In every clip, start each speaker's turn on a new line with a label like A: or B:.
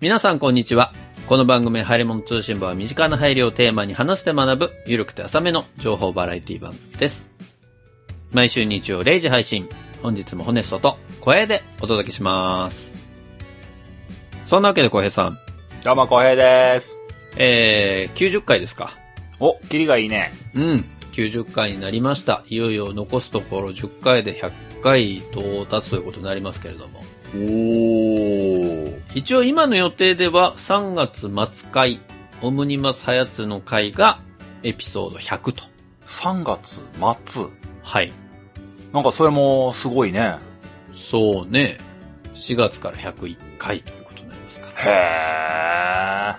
A: 皆さんこんにちは。この番組、入り物通信部は身近な配慮をテーマに話して学ぶ、ゆるくて浅めの情報バラエティ番組です。毎週日曜0時配信、本日もホネストと声でお届けします。そんなわけで小平さん、
B: どうも、浩平です。
A: えー、90回ですか。
B: お、キリがいいね。
A: うん、90回になりました。いよいよ残すところ10回で100回到達ということになりますけれども。
B: おー。
A: 一応今の予定では3月末回、オムニマスハヤツの回がエピソード100と。
B: 3月末。
A: はい。
B: なんかそれもすごいね。
A: そうね。4月から101回ということになりますから。
B: へ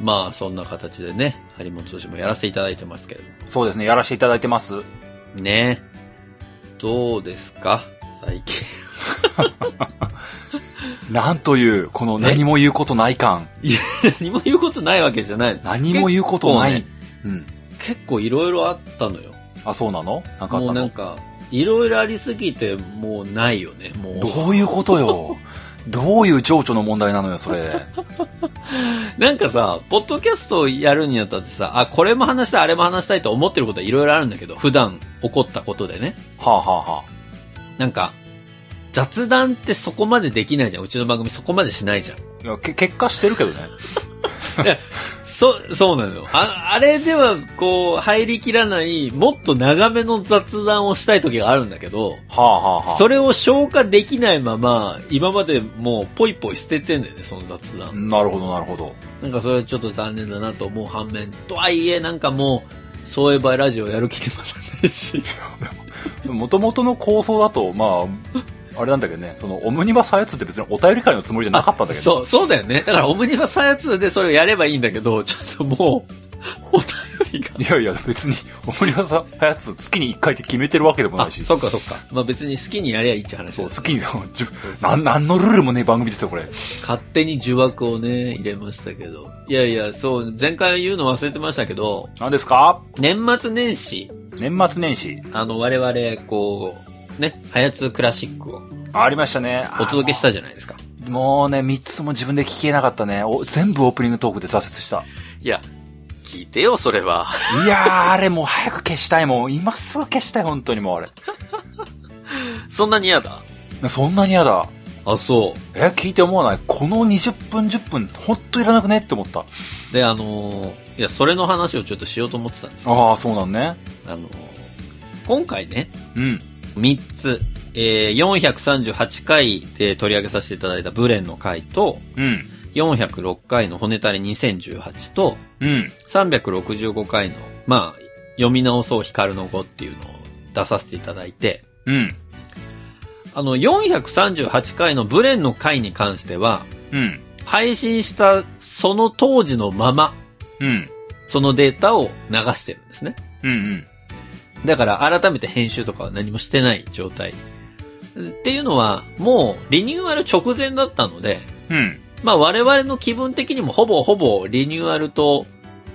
B: ー。
A: まあそんな形でね、張本通信もやらせていただいてますけれど
B: そうですね、やらせていただいてます。
A: も。ねどうですか最近。
B: なんという、この何も言うことない感。
A: 何も言うことないわけじゃない。
B: 何も言うことない。
A: 結
B: うん。
A: 結構いろいろあったのよ。
B: あ、そうなのなんかあっ
A: も
B: た
A: うな
B: の
A: んか、いろいろありすぎてもうないよね。もう。
B: どういうことよ。どういう情緒の問題なのよ、それ。
A: なんかさ、ポッドキャストをやるにあたってさ、あ、これも話したい、あれも話したいと思ってることはいろいろあるんだけど、普段起こったことでね。
B: はあ、はあは
A: なんか、雑談ってそこまでできないじゃん。うちの番組そこまでしないじゃん。
B: あ、いやけ結果してるけどね。
A: そ、そうなのよ。あ、あれでは、こう、入りきらない、もっと長めの雑談をしたい時があるんだけど、
B: はあ、はあはあ、
A: それを消化できないまま、今までもうポイポイ捨ててんだよね、その雑談。
B: なるほど、なるほど。
A: なんかそれはちょっと残念だなと思う反面、とはいえなんかもう、そういえばラジオやる気でもない し。
B: もともとの構想だと、まあ、あれなんだけどね、そのオムニバスやつって別にお便り会のつもりじゃなかったんだけど、
A: そう、そうだよね。だからオムニバスやつでそれをやればいいんだけど、ちょっともう、お便りが。
B: いやいや、別にオムニバスやつ月に1回って決めてるわけでもな
A: あ、
B: いし、
A: そっかそっか。まあ別に好きにやりゃいいって話
B: そう
A: だ
B: 好きに、そうじゅ
A: そうそう
B: なん、なんのルールもねえ番組ですよ、これ。
A: 勝手に呪縛をね、入れましたけど。いやいや、そう、前回言うの忘れてましたけど、
B: 何ですか
A: 年末年始、
B: 年末年始。
A: あの、我々、こう、ね、ハヤツクラシックを
B: ありましたね。
A: お届けしたじゃないですか。
B: あもうね、3つとも自分で聞けなかったね。お全部オープニングトークで挫折した。
A: いや、聞いてよ、それは。
B: いやー、あれもう早く消したい、もう。今すぐ消したい、本当にもうあれ。
A: そんなに嫌だ
B: そんなに嫌だ。
A: あ、そう。
B: え、聞いて思わないこの20分、10分、本当いらなくねって思った。
A: で、あのーいや、それの話をちょっとしようと思ってたんですよ。
B: ああ、そうなんね。
A: あのー今回ね、
B: うん。
A: 3つ、えー、438回で取り上げさせていただいたブレンの回と、
B: うん。
A: 406回の骨タレ2018と、
B: うん。
A: 365回の、まあ、読み直そう光の語っていうのを出させていただいて、
B: うん。
A: あの、438回のブレンの回に関しては、
B: うん。
A: 配信したその当時のまま、
B: うん。
A: そのデータを流してるんですね。
B: うん。
A: だから改めて編集とかは何もしてない状態。っていうのは、もうリニューアル直前だったので、
B: うん。
A: まあ我々の気分的にもほぼほぼリニューアルと、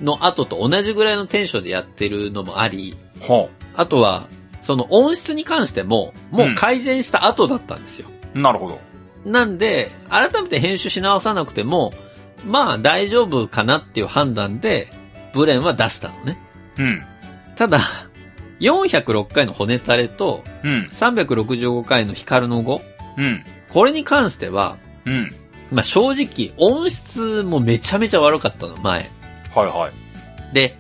A: の後と同じぐらいのテンションでやってるのもあり、
B: ほ
A: あとは、その音質に関しても、もう改善した後だったんですよ。
B: う。なるほど。
A: なんで、改めて編集し直さなくても、まあ大丈夫かなっていう判断で、ブレンは出したのね。
B: うん。
A: ただ、406回の骨垂れと、
B: うん。
A: 365回の光の語。
B: うん。
A: これに関しては、
B: うん。
A: まあ、正直、音質もめちゃめちゃ悪かったの、前。
B: はいはい。
A: で、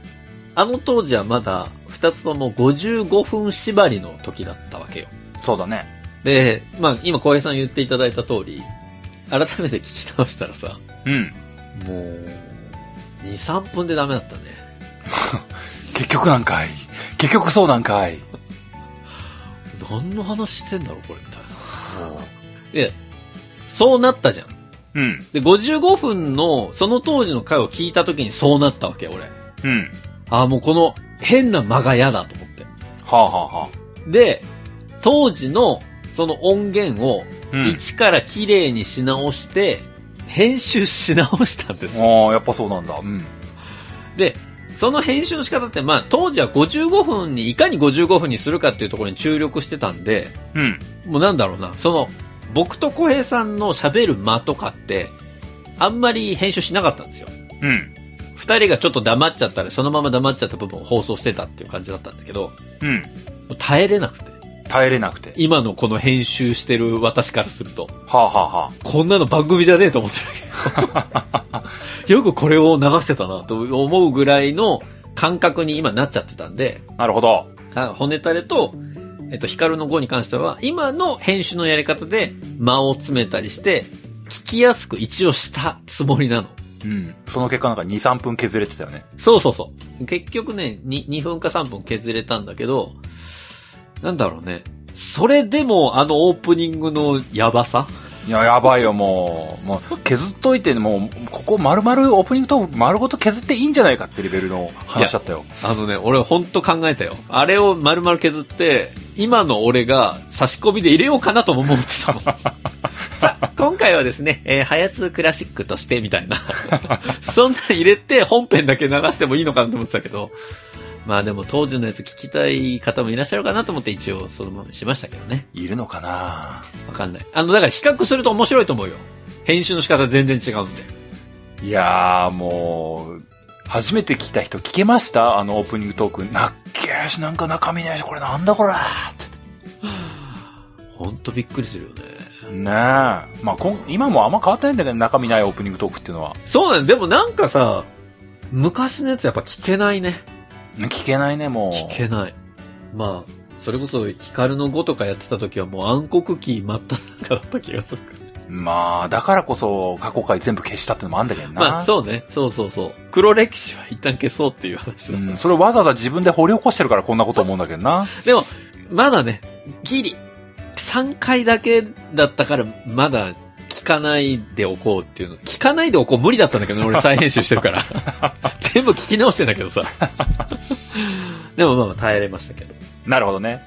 A: あの当時はまだ、二つとも55分縛りの時だったわけよ。
B: そうだね。
A: で、まあ、今、小平さん言っていただいた通り、改めて聞き直したらさ、
B: うん。
A: もう、2、3分でダメだったね。
B: 結局なんかい。結局そうなんかい。
A: 何の話してんだろう、これ、みたいな。
B: そ
A: で、そうなったじゃん。
B: う。うん。
A: で、55分の、その当時の回を聞いた時にそうなったわけ、俺。
B: うん。
A: ああ、もうこの変な間が嫌だと思って。
B: はあはあはあ。
A: で、当時のその音源を
B: うん。
A: 一から綺麗にし直して、編集し直したんです。
B: ああ、やっぱそうなんだ。うん。
A: で、その編集の仕方って、まあ当時は55分に、いかに55分にするかっていうところに注力してたんで、
B: うん。
A: もうなんだろうな、その、僕と小平さんの喋る間とかって、あんまり編集しなかったんですよ。
B: うん。
A: 二人がちょっと黙っちゃったら、そのまま黙っちゃった部分を放送してたっていう感じだったんだけど、も
B: うん。
A: う耐えれなくて。
B: 耐えれなくて。
A: 今のこの編集してる私からすると、
B: はあ、はあは
A: こんなの番組じゃねえと思ってるけど。よくこれを流してたなと思うぐらいの感覚に今なっちゃってたんで、
B: あ、なるほど。
A: あ骨タレと、えっと、ヒカルの5に関しては、今の編集のやり方で間を詰めたりして、聞きやすく一応したつもりなの。
B: うん。その結果なんか2、3分削れてたよね。
A: そうそうそう。結局ね、2, 2分か3分削れたんだけど、なんだろうね。それでもあのオープニングのやばさ
B: いや、やばいよ、もう。もう、削っといて、もう、ここ丸々、オープニングと丸ごと削っていいんじゃないかってレベルの話だったよ。
A: あのね、俺ほんと考えたよ。あれを丸々削って、今の俺が差し込みで入れようかなとも思ってたもん。さあ、今回はですね、えー、ハヤツークラシックとしてみたいな。 そんなん入れて本編だけ流してもいいのかなと思ってたけど。まあでも当時のやつ聞きたい方もいらっしゃるかなと思って一応そのままにしましたけどね。
B: いるのかな
A: わかんない。あの、だから比較すると面白いと思うよ。編集の仕方全然違うんで。
B: いやー、もう、初めて聞いた人聞けましたあのオープニングトーク。なっけーし、なんか中身ねえし、これなんだこれーって。
A: ほんとびっくりするよね。
B: ねえ。まあ、こん今もあんま変わってないんだけど、中身ないオープニングトークっていうのは。
A: そうなんでもなんかさ、昔のやつやっぱ聞けないね。
B: 聞けないね、もう。
A: 聞けない。まあ、それこそ、ヒカルの5とかやってた時はもう暗黒期真っ只中だった気がするから。
B: まあ、だからこそ、過去回全部消したってのもあんだけどな。
A: まあ、そうね。そうそうそう。黒歴史は一旦消そうっていう話だった。
B: うん、それをわざわざ自分で掘り起こしてるからこんなこと思うんだけどな。
A: でも、まだね、ギリ、3回だけだったから、まだ聞かないでおこうっていうの。聞かないでおこう無理だったんだけどね、俺再編集してるから。全部聞き直してんだけどさ。でもまあまあ耐えれましたけど。
B: なるほどね。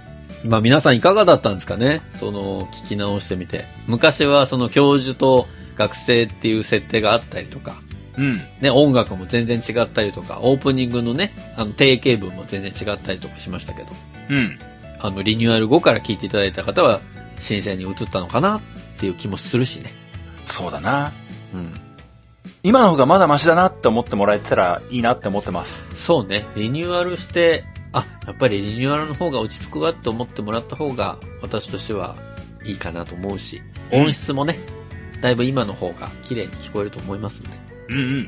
A: まあ皆さんいかがだったんですかねその、聞き直してみて。昔はその教授と学生っていう設定があったりとか、
B: うん。
A: ね、音楽も全然違ったりとか、オープニングのね、あの定型文も全然違ったりとかしましたけど。
B: うん。
A: あの、リニューアル後から聞いていただいた方は、新鮮に移ったのかなっていう気もするしね。
B: そうだな。
A: うん。
B: 今の方がまだマシだなって思ってもらえてたらいいなって思ってます。
A: そうね。リニューアルして、あ、やっぱりリニューアルの方が落ち着くわって思ってもらった方が、私としてはいいかなと思うし、
B: うん
A: 音質もね、だいぶ今の方が綺麗に聞こえると思いますので、
B: うん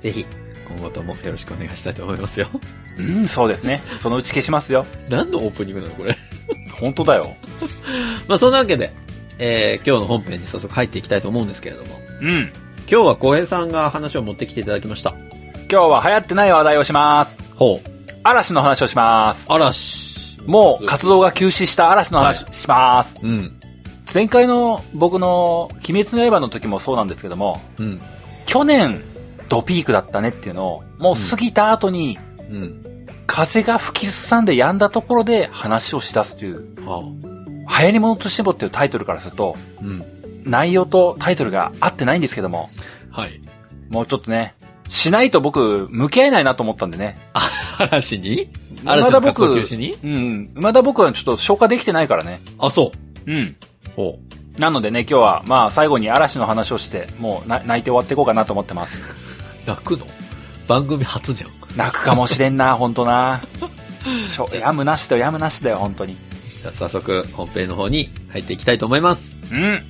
A: ぜひ、今後ともよろしくお願いしたいと思いますよ。
B: うん。うん、そうですね。そのうち消しますよ。
A: 何のオープニングなのこれ。
B: 本当だよ。
A: まあ、そんなわけで、えー今日の本編に早速入っていきたいと思うんですけれども、
B: うん。
A: 今日は浩平さんが話を持ってきていただきました。
B: 今日は流行ってない話題をします。
A: ほう。
B: 嵐の話をします。
A: 嵐。
B: もう活動が休止した嵐の話します。
A: うん。
B: 前回の僕の鬼滅の刃の時もそうなんですけども、
A: うん。
B: 去年ドピークだったねっていうのを、もう過ぎた後に
A: うん。
B: 風が吹きすさんで止んだところで話をしだすという、
A: ああ。
B: 流行り物としてもっていうタイトルからすると、
A: うん。
B: 内容とタイトルが合ってないんですけども、
A: はい。
B: もうちょっとね、しないと僕、向き合えないなと思ったんでね。
A: 嵐に
B: ま
A: 嵐
B: だ
A: の活
B: 僕、
A: 動
B: う
A: 休止
B: ん
A: に
B: うん、まだ僕はちょっと消化できてないからね。
A: あ、そ
B: うん。
A: う。ほ
B: なのでね、今日は、まあ、最後に嵐の話をして、もうな、泣いて終わっていこうかなと思ってます。
A: う。泣くの番組初じゃん。
B: 泣くかもしれんな、ほんとな。しょ
A: じゃあ
B: やむなしだよ、やむなしだよ、本当に。
A: じゃあ早速、本編の方に入っていきたいと思います。
B: うん。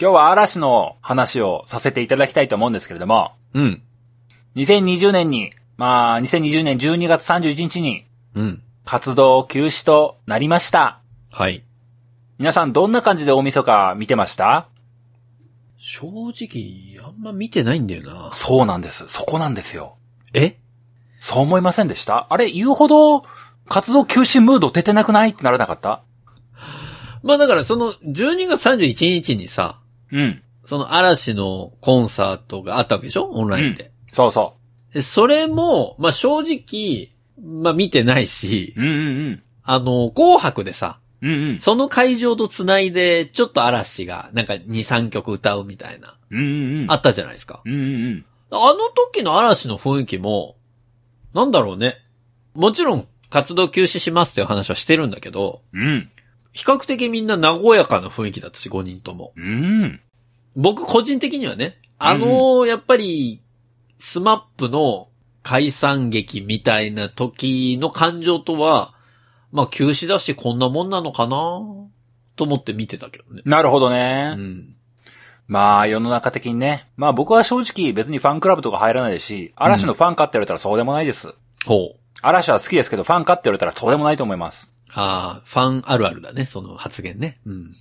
B: 今日は嵐の話をさせていただきたいと思うんですけれども、
A: うん。
B: 2020年に、まあ、2020年12月31日に
A: うん。
B: 活動休止となりました。
A: はい。
B: 皆さんどんな感じで大晦日見てました
A: 正直、あんま見てないんだよな。
B: そうなんです。そこなんですよ。
A: え
B: そう思いませんでしたあれ、言うほど、活動休止ムード出てなくないってならなかった
A: まあだからその12月31日にさ、
B: うん。
A: その嵐のコンサートがあったわけでしょオンラインで。
B: そうそ
A: でそれも、まあ正直、まあ見てないし、
B: う。うんうん
A: あの、紅白でさ、
B: うんうん。
A: その会場と繋いで、ちょっと嵐が、なんか2、3曲歌うみたいな、
B: うんうんうん。
A: あったじゃないですか。
B: うんうんうん。
A: あの時の嵐の雰囲気も、なんだろうね。もちろん、活動休止しますっていう話はしてるんだけど、
B: うん。
A: 比較的みんな和やかな雰囲気だったし、5人とも。
B: うん。
A: 僕個人的にはね、あの、やっぱり、スマップの解散劇みたいな時の感情とは、まあ休止だしこんなもんなのかなと思って見てたけどね。
B: なるほど
A: う
B: ね。
A: ん。
B: まあ、世の中的にね。まあ僕は正直別にファンクラブとか入らないですし、嵐のファンかって言われたらそうでもないです。
A: ほう。
B: 嵐は好きですけど、ファンかって言われたらそうでもないと思います。
A: ああ、ファンあるあるだね、その発言ね。うん。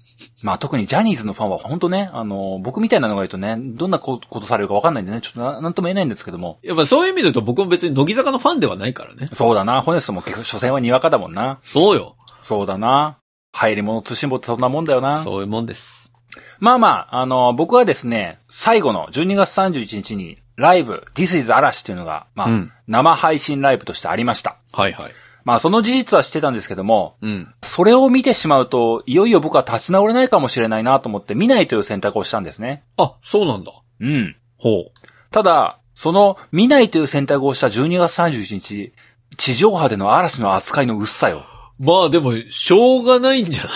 B: まあ特にジャニーズのファンは本当ね、あの、僕みたいなのが言うとね、どんなこことされるかわかんないんでね、ちょっとななんとも言えないんですけども。
A: やっぱそういう意味で言うと僕も別に乃木坂のファンではないからね。
B: そうだな、ホネストも結局、所詮はにわかだもんな。
A: そうよ。
B: そうだな。入り物通信簿ってそんなもんだよな。
A: そういうもんです。
B: まあまあ、あの、僕はですね、最後の12月31日にライブ、This is 嵐っていうのが、まあ、
A: うん
B: 生配信ライブとしてありました。
A: はいはい。
B: まあその事実はしてたんですけども、
A: うん。
B: それを見てしまうと、いよいよ僕は立ち直れないかもしれないなと思って見ないという選択をしたんですね。
A: あ、そうなんだ。
B: うん。
A: ほ
B: ただ、その見ないという選択をした12月31日、地上波での嵐の扱いの薄さよ。
A: う。まあでも、しょうがないんじゃない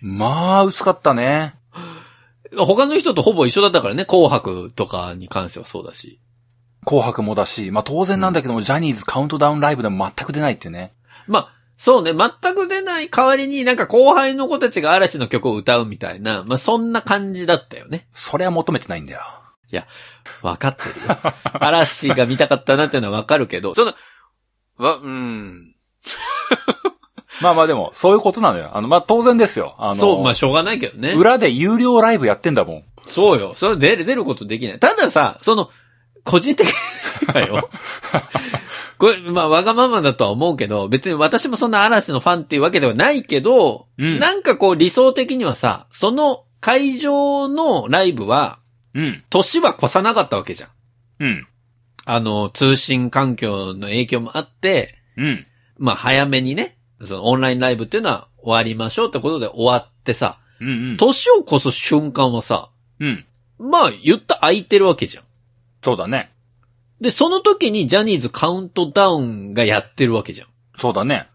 B: まあ、薄かったね。
A: 他の人とほぼ一緒だったからね、紅白とかに関してはそうだし。
B: 紅白もだし、まあ当然なんだけども、ジャニーズカウントダウンライブでも全く出ないっていうね。
A: まあ、そうね、全く出ない代わりになんか後輩の子たちが嵐の曲を歌うみたいな、まあそんな感じだったよね。
B: それは求めてないんだよ。
A: わかってるよ。嵐が見たかったなっていうのはわかるけど、その、わ、うん。
B: まあまあでも、そういうことなのよ。あの、まあ当然ですよ。あの、
A: そう、まあしょうがないけどね。
B: 裏で有料ライブやってんだもん。
A: そうよ。それ出る、出ることできない。たださ、その、個人的には よ。これ、まあ、わがままだとは思うけど、別に私もそんな嵐のファンっていうわけではないけど、
B: うん
A: なんかこう理想的にはさ、その会場のライブは、
B: うん。
A: 年は越さなかったわけじゃん。
B: うん。
A: あの、通信環境の影響もあって、
B: うん。
A: まあ、早めにね、そのオンラインライブっていうのは終わりましょうってことで終わってさ、
B: うん。うん。
A: 年を越す瞬間はさ、
B: うん。
A: まあ、言ったら空いてるわけじゃん。
B: そうだね。
A: で、その時にジャニーズカウントダウンがやってるわけじゃん。
B: そうだね。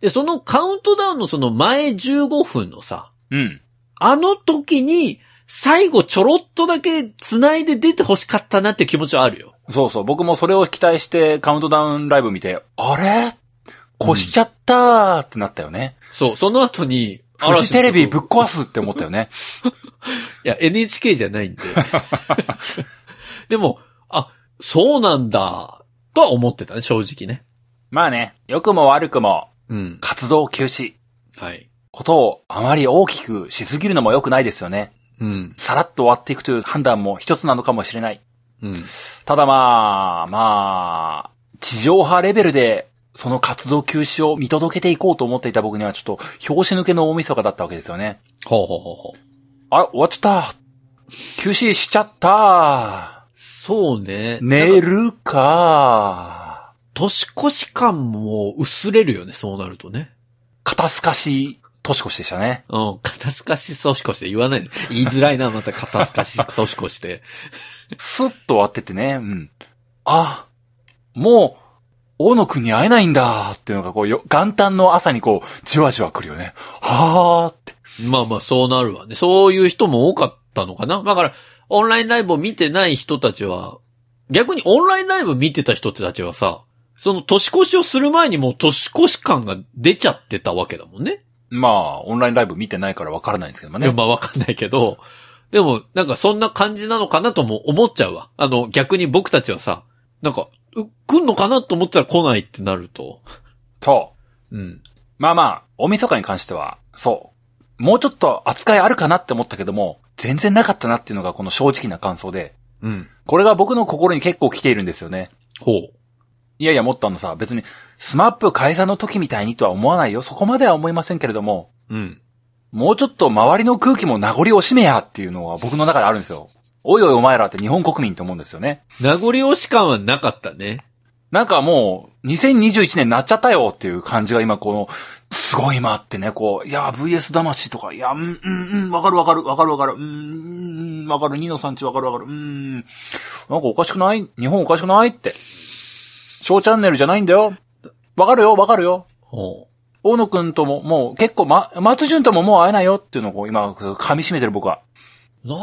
A: で、そのカウントダウンのその前15分のさ、
B: うん。
A: あの時に最後ちょろっとだけ繋いで出て欲しかったなって気持ちはあるよ。
B: そうそう。僕もそれを期待してカウントダウンライブ見て、あれ越しちゃったーってなったよね。
A: そう、その後に、
B: フジテレビ
A: 嵐の
B: ぶっ壊すって思ったよね。
A: いや、NHK じゃないん で。でも、あ、そうなんだ、とは思ってたね、正直ね。
B: まあね、良くも悪くも
A: うん。
B: 活動休止。
A: はい。
B: ことをあまり大きくしすぎるのも良くないですよね。
A: うん。
B: さらっと終わっていくという判断も一つなのかもしれない。
A: うん。
B: ただまあ、まあ、地上波レベルで、その活動休止を見届けていこうと思っていた僕にはちょっと、表紙抜けの大晦日だったわけですよね。
A: ほうほうほうほう。
B: あれ、終わっちゃった。休止しちゃった。
A: そうね。
B: 寝るか。
A: 年越し感も薄れるよね、そうなるとね。
B: 肩透かし、年越しでしたね。
A: うん、肩透かし年越しで言わないの。言いづらいな、また肩透かし年越して。
B: スッと終わってってね、うん。あ、もう、大野くんに会えないんだっていうのがこうよ、元旦の朝にこう、じわじわ来るよね。はーって。
A: まあまあ、そうなるわね。そういう人も多かったのかな。だから、オンラインライブを見てない人たちは、逆にオンラインライブ見てた人たちはさ、その年越しをする前にもう年越し感が出ちゃってたわけだもんね。
B: まあ、オンラインライブ見てないからわからないんですけども
A: いや
B: ね。
A: まあわかんないけど、でも、なんかそんな感じなのかなとも思っちゃうわ。あの、逆に僕たちはさ、なんか、う来んのかなと思ったら来ないってなると。
B: そう。
A: うん。
B: まあまあ、大晦日に関しては、そう。もうちょっと扱いあるかなって思ったけども、全然なかったなっていうのがこの正直な感想で、
A: うん。
B: これが僕の心に結構来ているんですよね。
A: ほう。
B: いやいや、もっとあのさ、別に、スマップ解散の時みたいにとは思わないよ。そこまでは思いませんけれども、
A: うん。
B: もうちょっと周りの空気も名残惜しめやっていうのが僕の中であるんですよ。おいおいお前らって日本国民と思うんですよね。
A: 名残惜し感はなかったね。
B: なんかもう、2021年になっちゃったよっていう感じが今この、すごい今ってね、こう、いや、VS 魂とか、いや、うん、うん、うん、わかるわかる、わかるわかる、うんうん、うん、わかる、ニノさんちわかるわかる、うん、なんかおかしくない日本おかしくないって。小チャンネルじゃないんだよ。わかるよ、わかるよ。
A: おう
B: 大野くんとも、もう結構、ま、松潤とももう会えないよっていうのをこう今、噛み締めてる僕は。
A: なん
B: っ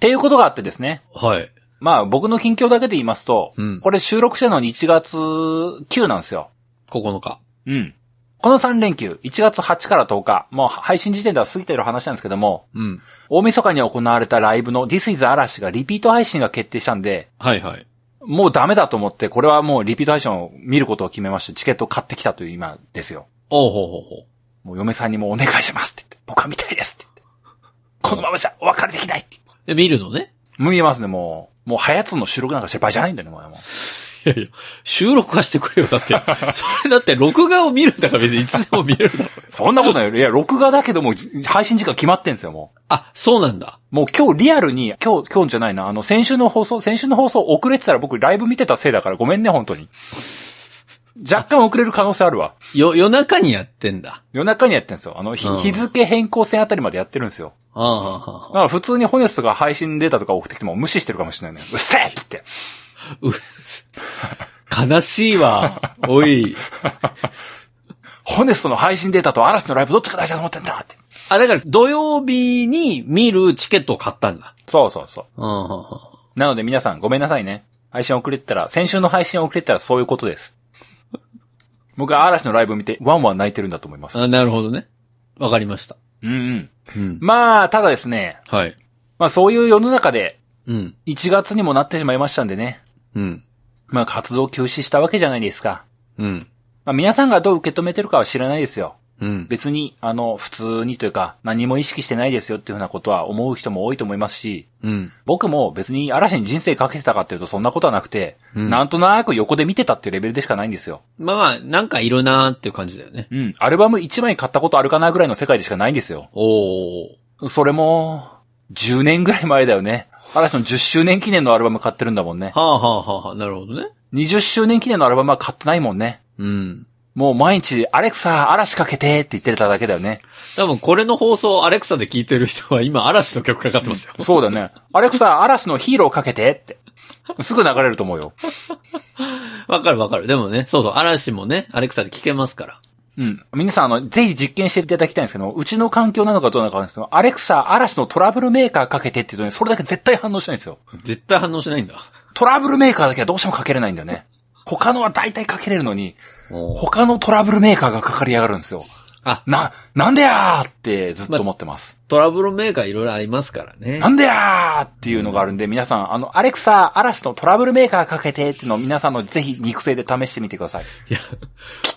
B: ていうことがあってですね。
A: はい。
B: まあ僕の近況だけで言いますと、
A: うん
B: これ収録してるのに1月9なんですよ。
A: 9日。
B: うん。この3連休、1月8から10日、もう配信時点では過ぎてる話なんですけども、
A: うん。
B: 大晦日に行われたライブの This is 嵐がリピート配信が決定したんで、
A: はいはい。
B: もうダメだと思って、これはもうリピート配信を見ることを決めまして、チケットを買ってきたという今ですよ。
A: おうほうほうほう。
B: もう嫁さんにもうお願いしますって言って、僕は見たいですって言って。このままじゃお別れできないって言っ
A: で、
B: て。
A: 見るのね。
B: もう見えますね、もう。もう、はやつの収録なんか失敗じゃないんだよね、もう。もう
A: いやいや、収録はしてくれよ、だ って。それだって、録画を見るんだから別にいつでも見れるだろ。
B: そんなことないよ。いや、録画だけども、じ配信時間決まってんですよ、もう。
A: あ、そうなんだ。
B: もう今日リアルに、今日、今日じゃないな、あの、先週の放送、先週の放送遅れてたら僕ライブ見てたせいだからごめんね、本当に。若干遅れる可能性あるわ。
A: よ、夜中にやってんだ。
B: 夜中にやってんですよ。あの、日
A: うん
B: 日付変更線あたりまでやってるんですよ。
A: ああはあ、は
B: だから普通にホネストが配信データとか送ってきても無視してるかもしれないね。うっせえって。
A: あうっす悲しい わ。おい。
B: ホネストの配信データと嵐のライブどっちが大事だと思ってんだって。
A: あ、だから、土曜日に見るチケットを買ったんだ。
B: そうそうそう。
A: うんうんうん
B: なので皆さんごめんなさいね。配信遅れてたら、先週の配信遅れてたらそういうことです。僕は嵐のライブ見てワンワン泣いてるんだと思います。
A: あ、なるほどね。わかりました。
B: うんうん。
A: うん。
B: まあ、ただですね、
A: はい。
B: まあそういう世の中で
A: うん。
B: 1月にもなってしまいましたんでね、
A: うん。
B: まあ活動休止したわけじゃないですか。
A: うん。
B: まあ皆さんがどう受け止めてるかは知らないですよ。
A: うん。
B: 別に、あの、普通にというか、何も意識してないですよっていうふうなことは思う人も多いと思いますし、
A: うん。
B: 僕も別に嵐に人生かけてたかっていうとそんなことはなくて、
A: うん
B: なんとなく横で見てたっていうレベルでしかないんですよ。
A: まあまあ、なんかいるなーっていう感じだよね。
B: うん。アルバム1枚買ったことあるかなぐらいの世界でしかないんですよ。
A: おー。
B: それも、10年ぐらい前だよね。嵐の10周年記念のアルバム買ってるんだもんね。
A: はあはあはあはあ、なるほどね。
B: 20周年記念のアルバムは買ってないもんね。
A: うん。
B: もう毎日、アレクサ、嵐かけてって言ってただけだよね。
A: 多分これの放送をアレクサで聞いてる人は今嵐の曲かかってますよ。
B: そうだね。アレクサ、嵐のヒーローかけてって。すぐ流れると思うよ。
A: わかるわかる。でもね、そうそう、嵐もね、アレクサで聞けますから。
B: うん。皆さん、あの、ぜひ実験していただきたいんですけど、うちの環境なのかどうなのかわかんないですけど、アレクサ、嵐のトラブルメーカーかけてって言うとね、それだけ絶対反応しないんですよ。
A: 絶対反応しないんだ。
B: トラブルメーカーだけはどうしてもかけれないんだよね。他のは大体かけれるのに、
A: おー
B: 他のトラブルメーカーがかかりやがるんですよ。
A: あ
B: な、なんでやーってずっと思ってます。
A: トラブルメーカーいろいろありますからね
B: な。んでやーっていうのがあるんで、皆さん、あの、アレクサ、嵐のトラブルメーカーかけてっていうのを皆さんのぜひ肉声で試してみてください。
A: いや、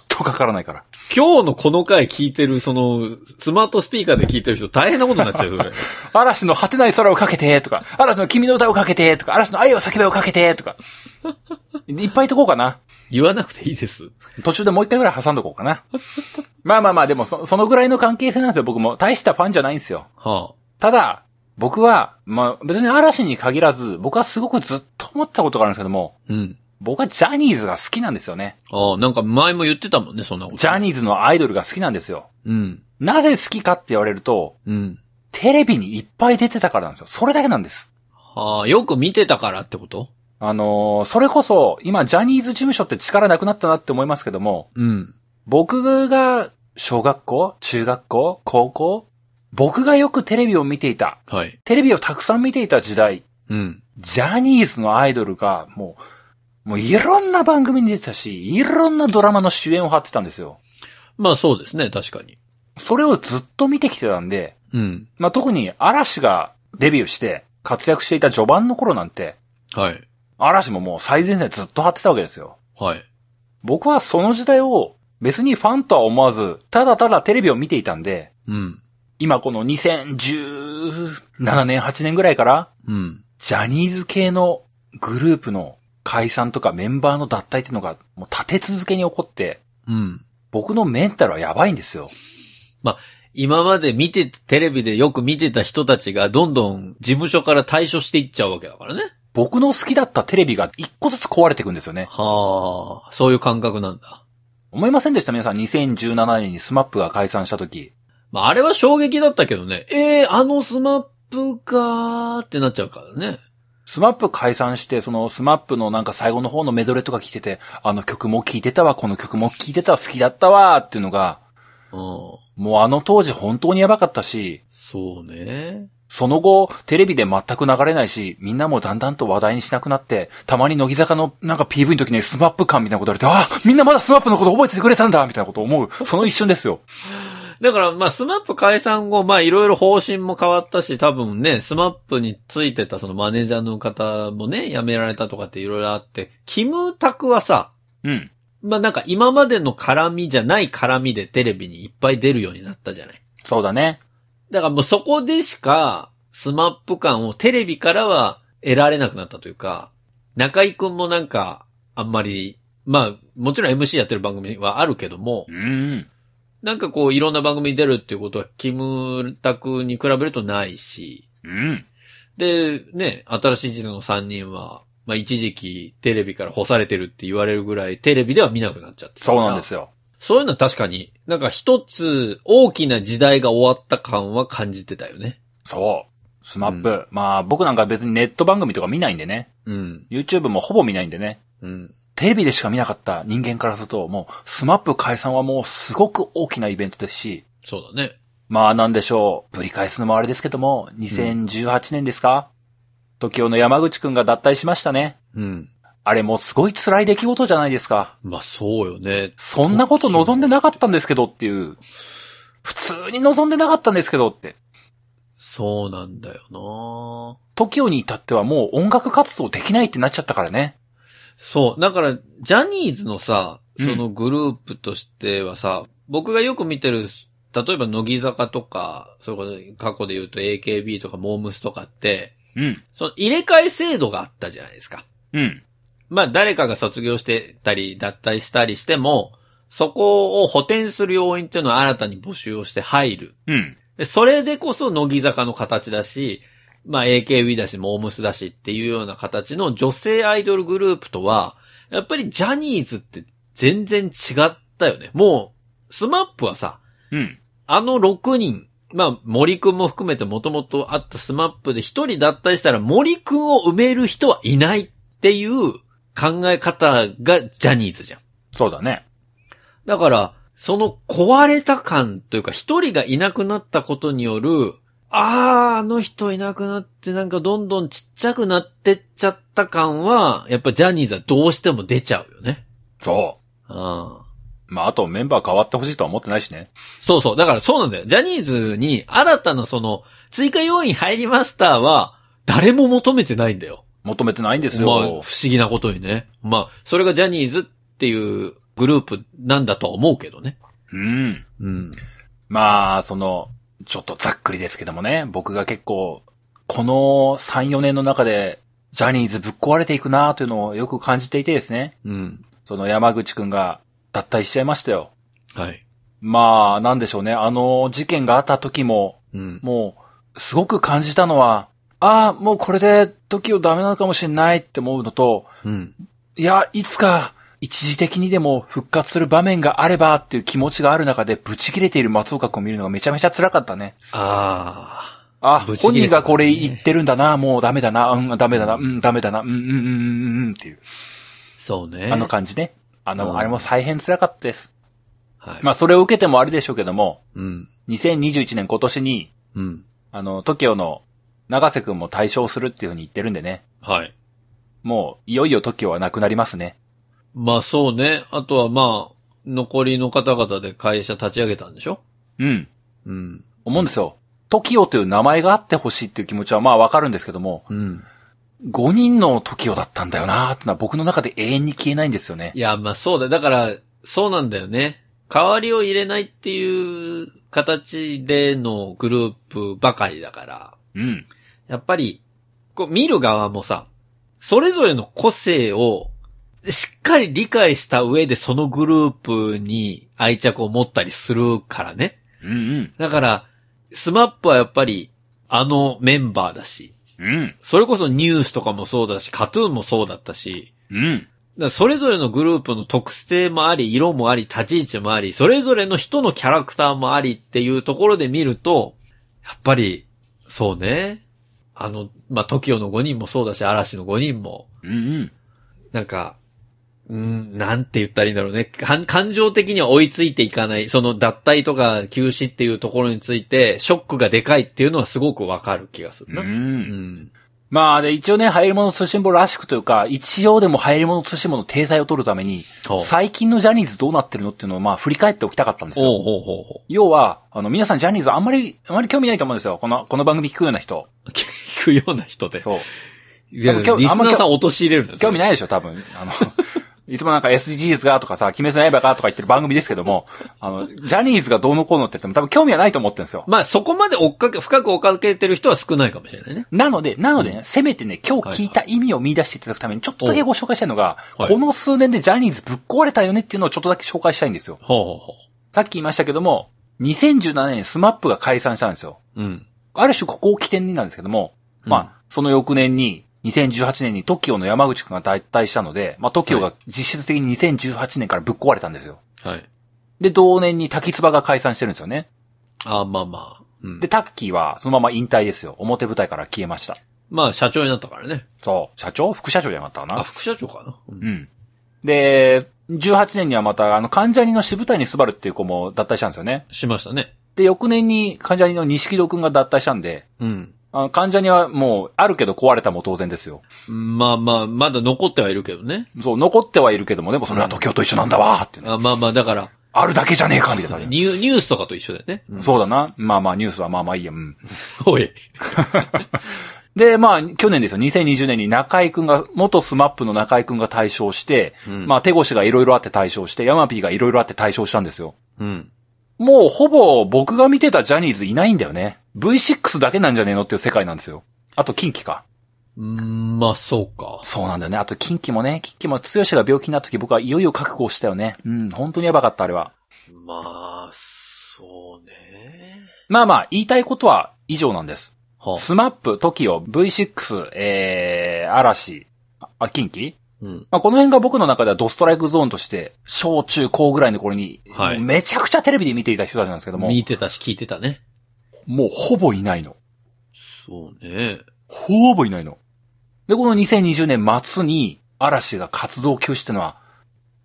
B: とかからないから。
A: 今日のこの回聞いてる、その、スマートスピーカーで聞いてる人大変なことになっちゃう よ、それ。
B: 嵐の果てない空をかけてとか、嵐の君の歌をかけてとか、嵐の愛を叫べをかけて とか。いっぱいとこうかな。
A: 言わなくていいです。
B: 途中でもう一回ぐらい挟んどこうかな。 まあまあまあ、でもそ、そのぐらいの関係性なんですよ。僕も大したファンじゃないんですよ。
A: は
B: ただ、僕は、まあ別に嵐に限らず、僕はすごくずっと思ってたことがあるんですけども、
A: あ。うん。
B: 僕はジャニーズが好きなんですよね。
A: ああ、なんか前も言ってたもんね、そんなこと。
B: ジャニーズのアイドルが好きなんですよ。
A: うん。
B: なぜ好きかって言われると、
A: うん。
B: テレビにいっぱい出てたからなんですよ。それだけなんです。
A: ああ、よく見てたからってこと
B: あのーそれこそ、今、ジャニーズ事務所って力なくなったなって思いますけども、
A: うん。
B: 僕が、小学校、中学校、高校、僕がよくテレビを見ていた、
A: はい。
B: テレビをたくさん見ていた時代、
A: うん。
B: ジャニーズのアイドルが、もう、もういろんな番組に出てたし、いろんなドラマの主演を張ってたんですよ。
A: まあそうですね、確かに。
B: それをずっと見てきてたんで、
A: うん。
B: まあ、特に嵐がデビューして活躍していた序盤の頃なんて、
A: はい。
B: 嵐ももう最前線ずっと張ってたわけですよ。
A: はい。
B: 僕はその時代を別にファンとは思わず、ただただテレビを見ていたんで、
A: うん。
B: 今この2017年、8年ぐらいから、
A: うん。
B: ジャニーズ系のグループの解散とかメンバーの脱退っていうのがもう立て続けに起こって、
A: うん。
B: 僕のメンタルはやばいんですよ。
A: 今まで見て、テレビでよく見てた人たちがどんどん事務所から退所していっちゃうわけだからね。
B: 僕の好きだったテレビが一個ずつ壊れていくんですよね。
A: はあ、そういう感覚なんだ。
B: 思いませんでした皆さん、2017年にスマップが解散した時。
A: まあ、あれは衝撃だったけどね。ええー、あのスマップかーってなっちゃうからね。
B: スマップ解散して、そのスマップのなんか最後の方のメドレーとか聞いてて、あの曲も聴いてたわ、この曲も聴いてたわ、好きだったわ、っていうのが、
A: うん。
B: もうあの当時本当にやばかったし、
A: そうね。
B: その後、テレビで全く流れないし、みんなもだんだんと話題にしなくなって、たまに乃木坂のなんか PV の時にスマップ感みたいなこと言われて、あみんなまだスマップのこと覚えててくれたんだみたいなことを思う。その一瞬ですよ。
A: だから、まあ、スマップ解散後、まあ、いろいろ方針も変わったし、多分ね、スマップについてたそのマネージャーの方もね、辞められたとかっていろいろあって、キムタクはさ、
B: うん。
A: まあ、なんか今までの絡みじゃない絡みでテレビにいっぱい出るようになったじゃない。
B: そうだね。
A: だからもうそこでしか、スマップ感をテレビからは得られなくなったというか、中井くんもなんか、あんまり、まあ、もちろん MC やってる番組はあるけども、
B: うん。
A: なんかこう、いろんな番組に出るっていうことは、キムタクに比べるとないし、
B: うん。で、
A: で、ね、新しい時代の3人は、まあ一時期テレビから干されてるって言われるぐらい、テレビでは見なくなっちゃってた
B: そ
A: か
B: う
A: ら
B: なんですよ。
A: そういうのは確かに、なんか一つ大きな時代が終わった感は感じてたよね。
B: そう。スマップ。まあ僕なんか別にネット番組とか見ないんでね。
A: うん。
B: YouTube もほぼ見ないんでね。
A: うん。
B: テレビでしか見なかった人間からすると、もう、スマップ解散はもうすごく大きなイベントですし、
A: そうだね。
B: まあなんでしょう。ぶり返すのもあれですけども、2018年ですか、時代の山口くんが脱退しましたね。
A: うん。
B: あれもうすごい辛い出来事じゃないですか。
A: まあそうよね。
B: そんなこと望んでなかったんですけどっていう。普通に望んでなかったんですけどって。
A: そうなんだよ
B: 時代に至ってはもう音楽活動できないってなっちゃったからね。
A: なそう。だから、ジャニーズのさ、
B: うん
A: そのグループとしてはさ、僕がよく見てる、例えば乃木坂とか、それこそ過去で言うと AKB とかモームスとかって、
B: うん。
A: その入れ替え制度があったじゃないですか。
B: うん。
A: まあ誰かが卒業してたり、脱退したりしても、そこを補填する要員っていうのは新たに募集をして入る。
B: うん。
A: で、それでこそ乃木坂の形だし、まあ AKB だし、モームスだしっていうような形の女性アイドルグループとは、やっぱりジャニーズって全然違ったよね。もう、スマップはさ、
B: うん。
A: あの6人、まあ森くんも含めて元々あったスマップで1人脱退したら森くんを埋める人はいないっていう考え方がジャニーズじゃん。
B: そうだね。
A: だから、その壊れた感というか、一人がいなくなったことによる、ああ、あの人いなくなってなんかどんどんちっちゃくなってっちゃった感は、やっぱジャニーズはどうしても出ちゃうよね。
B: そう。
A: あ
B: まあ、あとメンバー変わってほしいとは思ってないしね。
A: そうそう。だからそうなんだよ。ジャニーズに新たなその、追加要員入りましたは、誰も求めてないんだよ。
B: 求めてないんです
A: まあ、不
B: よ
A: 思。議なことにね。まあ、それがジャニーズっていうグループなんだとは思うけどね。
B: うん。
A: うん。
B: まあ、その、ちょっとざっくりですけどもね、僕が結構、この3、4年の中で、ジャニーズぶっ壊れていくなというのをよく感じていてですね、
A: うん。
B: その山口くんが脱退しちゃいましたよ。
A: はい。
B: まあ、なんでしょうね、あの事件があった時も、
A: うん。
B: もう、すごく感じたのは、ああ、もうこれで時をダメなのかもしれないって思うのと、
A: うん。
B: いや、いつか、一時的にでも復活する場面があればっていう気持ちがある中で、ブチ切れている松岡君を見るのがめちゃめちゃ辛かったね。
A: ああ。
B: あ、
A: ブチ切
B: 本
A: れて
B: 人
A: たね
B: がこれ言ってるんだな、もうダメだな、うん、ダメだな、うん、ダメだな、うん、うん、うん、うん、うんっていう、
A: そうね。
B: あの感じね。あの、
A: うん
B: あれも大変辛かったです。
A: はい。
B: まあ、それを受けてもあれでしょうけども、
A: うん。
B: 2021年今年に、
A: うん。
B: あの、TOKIO の長瀬くんも対象するっていうふうに言ってるんでね、
A: はい。
B: もう、いよいよ TOKIO はなくなりますね。
A: まあそうね。あとはまあ、残りの方々で会社立ち上げたんでしょ
B: うん。
A: うん。
B: 思うんですよ。TOKIO という名前があってほしいっていう気持ちはまあわかるんですけども、
A: うん。
B: 5人の TOKIO だったんだよなーってのは僕の中で永遠に消えないんですよね。
A: いや、まあそうだ。だから、そうなんだよね。代わりを入れないっていう形でのグループばかりだから、
B: うん。
A: やっぱり、こう見る側もさ、それぞれの個性をしっかり理解した上でそのグループに愛着を持ったりするからね。
B: うんうん。
A: だから、スマップはやっぱり、あのメンバーだし、
B: うん。
A: それこそニュースとかもそうだし、カトゥーンもそうだったし、
B: うん。
A: だからそれぞれのグループの特性もあり、色もあり、立ち位置もあり、それぞれの人のキャラクターもありっていうところで見ると、やっぱり、そうね。あの、まあ、TOKIO の5人もそうだし、嵐の5人も、
B: うんうん。
A: なんか、うん、なんて言ったらいいんだろうね。感感情的には追いついていかない。その脱退とか休止っていうところについて、ショックがでかいっていうのはすごくわかる気がする
B: う。
A: な。うんん。
B: まあ、で、一応ね、流行り物通信簿らしくというか、一応でも流行り物通信簿の体裁を取るために、
A: ほう
B: 最近のジャニーズどうなってるのっていうのをまあ、振り返っておきたかったんですよ。
A: ほうほうほうほ
B: 要は、あの、皆さんジャニーズあんまり、あんまり興味ないと思うんですよ。この、この番組聞くような人。
A: う。聞くような人で。
B: そう。
A: いや、
B: 多分
A: リス
B: 興味
A: ナーさん落とし入れるんです
B: 興味
A: ない。
B: ないでしょ、多分。あの、 いつもなんか SDGs がとかさ、鬼滅の刃がとか言ってる番組ですけども、あの、ジャニーズがどうのこうのって言っても多分興味はないと思ってるんですよ。
A: まあそこまで追っかけ、深く追っかけてる人は少ないかもしれないね。
B: なので、なのでね、せめてね、今日聞いた意味を見出していただくために、ちょっとだけご紹介したいのが、
A: はい
B: この数年でジャニーズぶっ壊れたよねっていうのをちょっとだけ紹介したいんですよ。
A: ほうほうほ
B: さっき言いましたけども、2017年にスマップが解散したんですよ。
A: う。うん。
B: ある種ここを起点になんですけども、ま
A: うん
B: あ、その翌年に、2018年に TOKIO の山口くんが脱退したので、まあ TOKIO
A: は
B: が実質的に2018年からぶっ壊れたんですよ。
A: はい。
B: で、同年に滝ばが解散してるんですよね。
A: あまあまあ。うん
B: で、。タッキーはそのまま引退ですよ。表舞台から消えました。
A: まあ社長になったからね。
B: そう。社長副社長じゃなかったか
A: あ、
B: な
A: 副社長かな。うん
B: うん。で、18年にはまた、あの、関ジャニの渋谷すばるっていう子も脱退したんですよね。
A: しましたね。
B: で、翌年に関ジャニの錦戸くんが脱退したんで、
A: うん。
B: あの関ジャニはもう、あるけど壊れたも当然ですよ。
A: まあまあ、まだ残ってはいるけどね。
B: そう、残ってはいるけども、でもそれは東京と一緒なんだわーってね。
A: あまあまあ、だから、
B: あるだけじゃねえかみたいな感じ。
A: ニューニュースとかと一緒だよね。
B: そうだな。まあまあ、ニュースはまあまあいいや。うん。
A: おい。
B: で、まあ、去年ですよ。2020年に中井くんが、元スマップの中井くんが対象して、
A: うん
B: まあ、手越がいろいろあって対象して、ヤマピーがいろいろあって対象したんですよ。
A: うん。
B: もうほぼ僕が見てたジャニーズいないんだよね。V6 だけなんじゃねえのっていう世界なんですよ。あと、キンキか。
A: うんまあ、そうか。
B: そうなんだよね。あと、キンキもね、キンキも、強しが病気になった時僕はいよいよ覚悟をしたよね。うん、本当にやばかった、あれは。
A: まあ、そうね。
B: まあまあ、言いたいことは以上なんです。
A: は
B: スマップ、トキオ、V6、えー、嵐、あ、キンキ
A: うん。
B: まあ、この辺が僕の中ではドストライクゾーンとして、小中高ぐらいの頃に、
A: はい
B: めちゃくちゃテレビで見ていた人たちなんですけども、
A: 見てたし、聞いてたね。
B: もうほぼいないの。
A: そうね。
B: ほぼいないの。で、この2020年末に嵐が活動休止ってのは、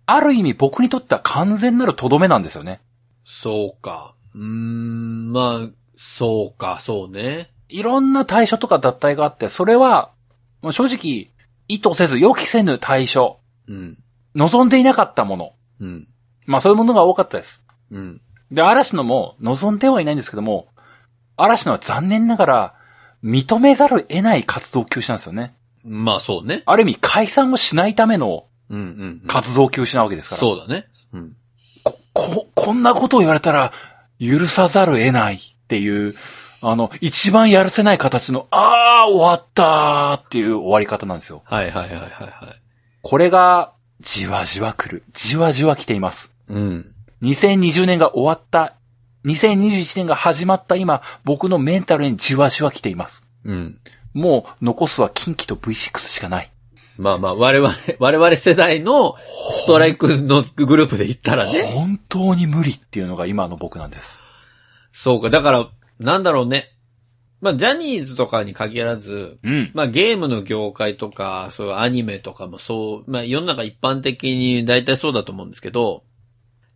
B: ある意味僕にとっては完全なるとどめなんですよね。
A: そうか。うーん、まあ、そうか、そうね。
B: いろんな対処とか脱退があって、それは、もう正直、意図せず予期せぬ対処、
A: うん。
B: 望んでいなかったもの。
A: うん。
B: まあそういうものが多かったです。
A: うん。
B: で、嵐のも望んではいないんですけども、嵐のは残念ながら、認めざるを得ない活動休止なんですよね。
A: まあ、そうね。
B: ある意味解散をしないための
A: うんうんうん。
B: 活動休止なわけですから。
A: そうだね。うん。
B: こ、こ、こんなことを言われたら、許さざるを得ないっていう、あの、一番やるせない形の、あー終わったーっていう終わり方なんですよ。
A: はいはいはいはいはい。
B: これが、じわじわ来る。じわじわ来ています。
A: うん。
B: 2020年が終わった、2021年が始まった今、僕のメンタルにじわじわ来ています。
A: うん。
B: もう残すは近畿と V6 しかない。
A: まあまあ、我々、 我々世代のストライクのグループで言ったらね。
B: 本当に無理っていうのが今の僕なんです。
A: そうか、だから、なんだろうね。まあ、ジャニーズとかに限らず、
B: うん。
A: まあ、ゲームの業界とか、そういうアニメとかもそう、まあ、世の中一般的に大体そうだと思うんですけど、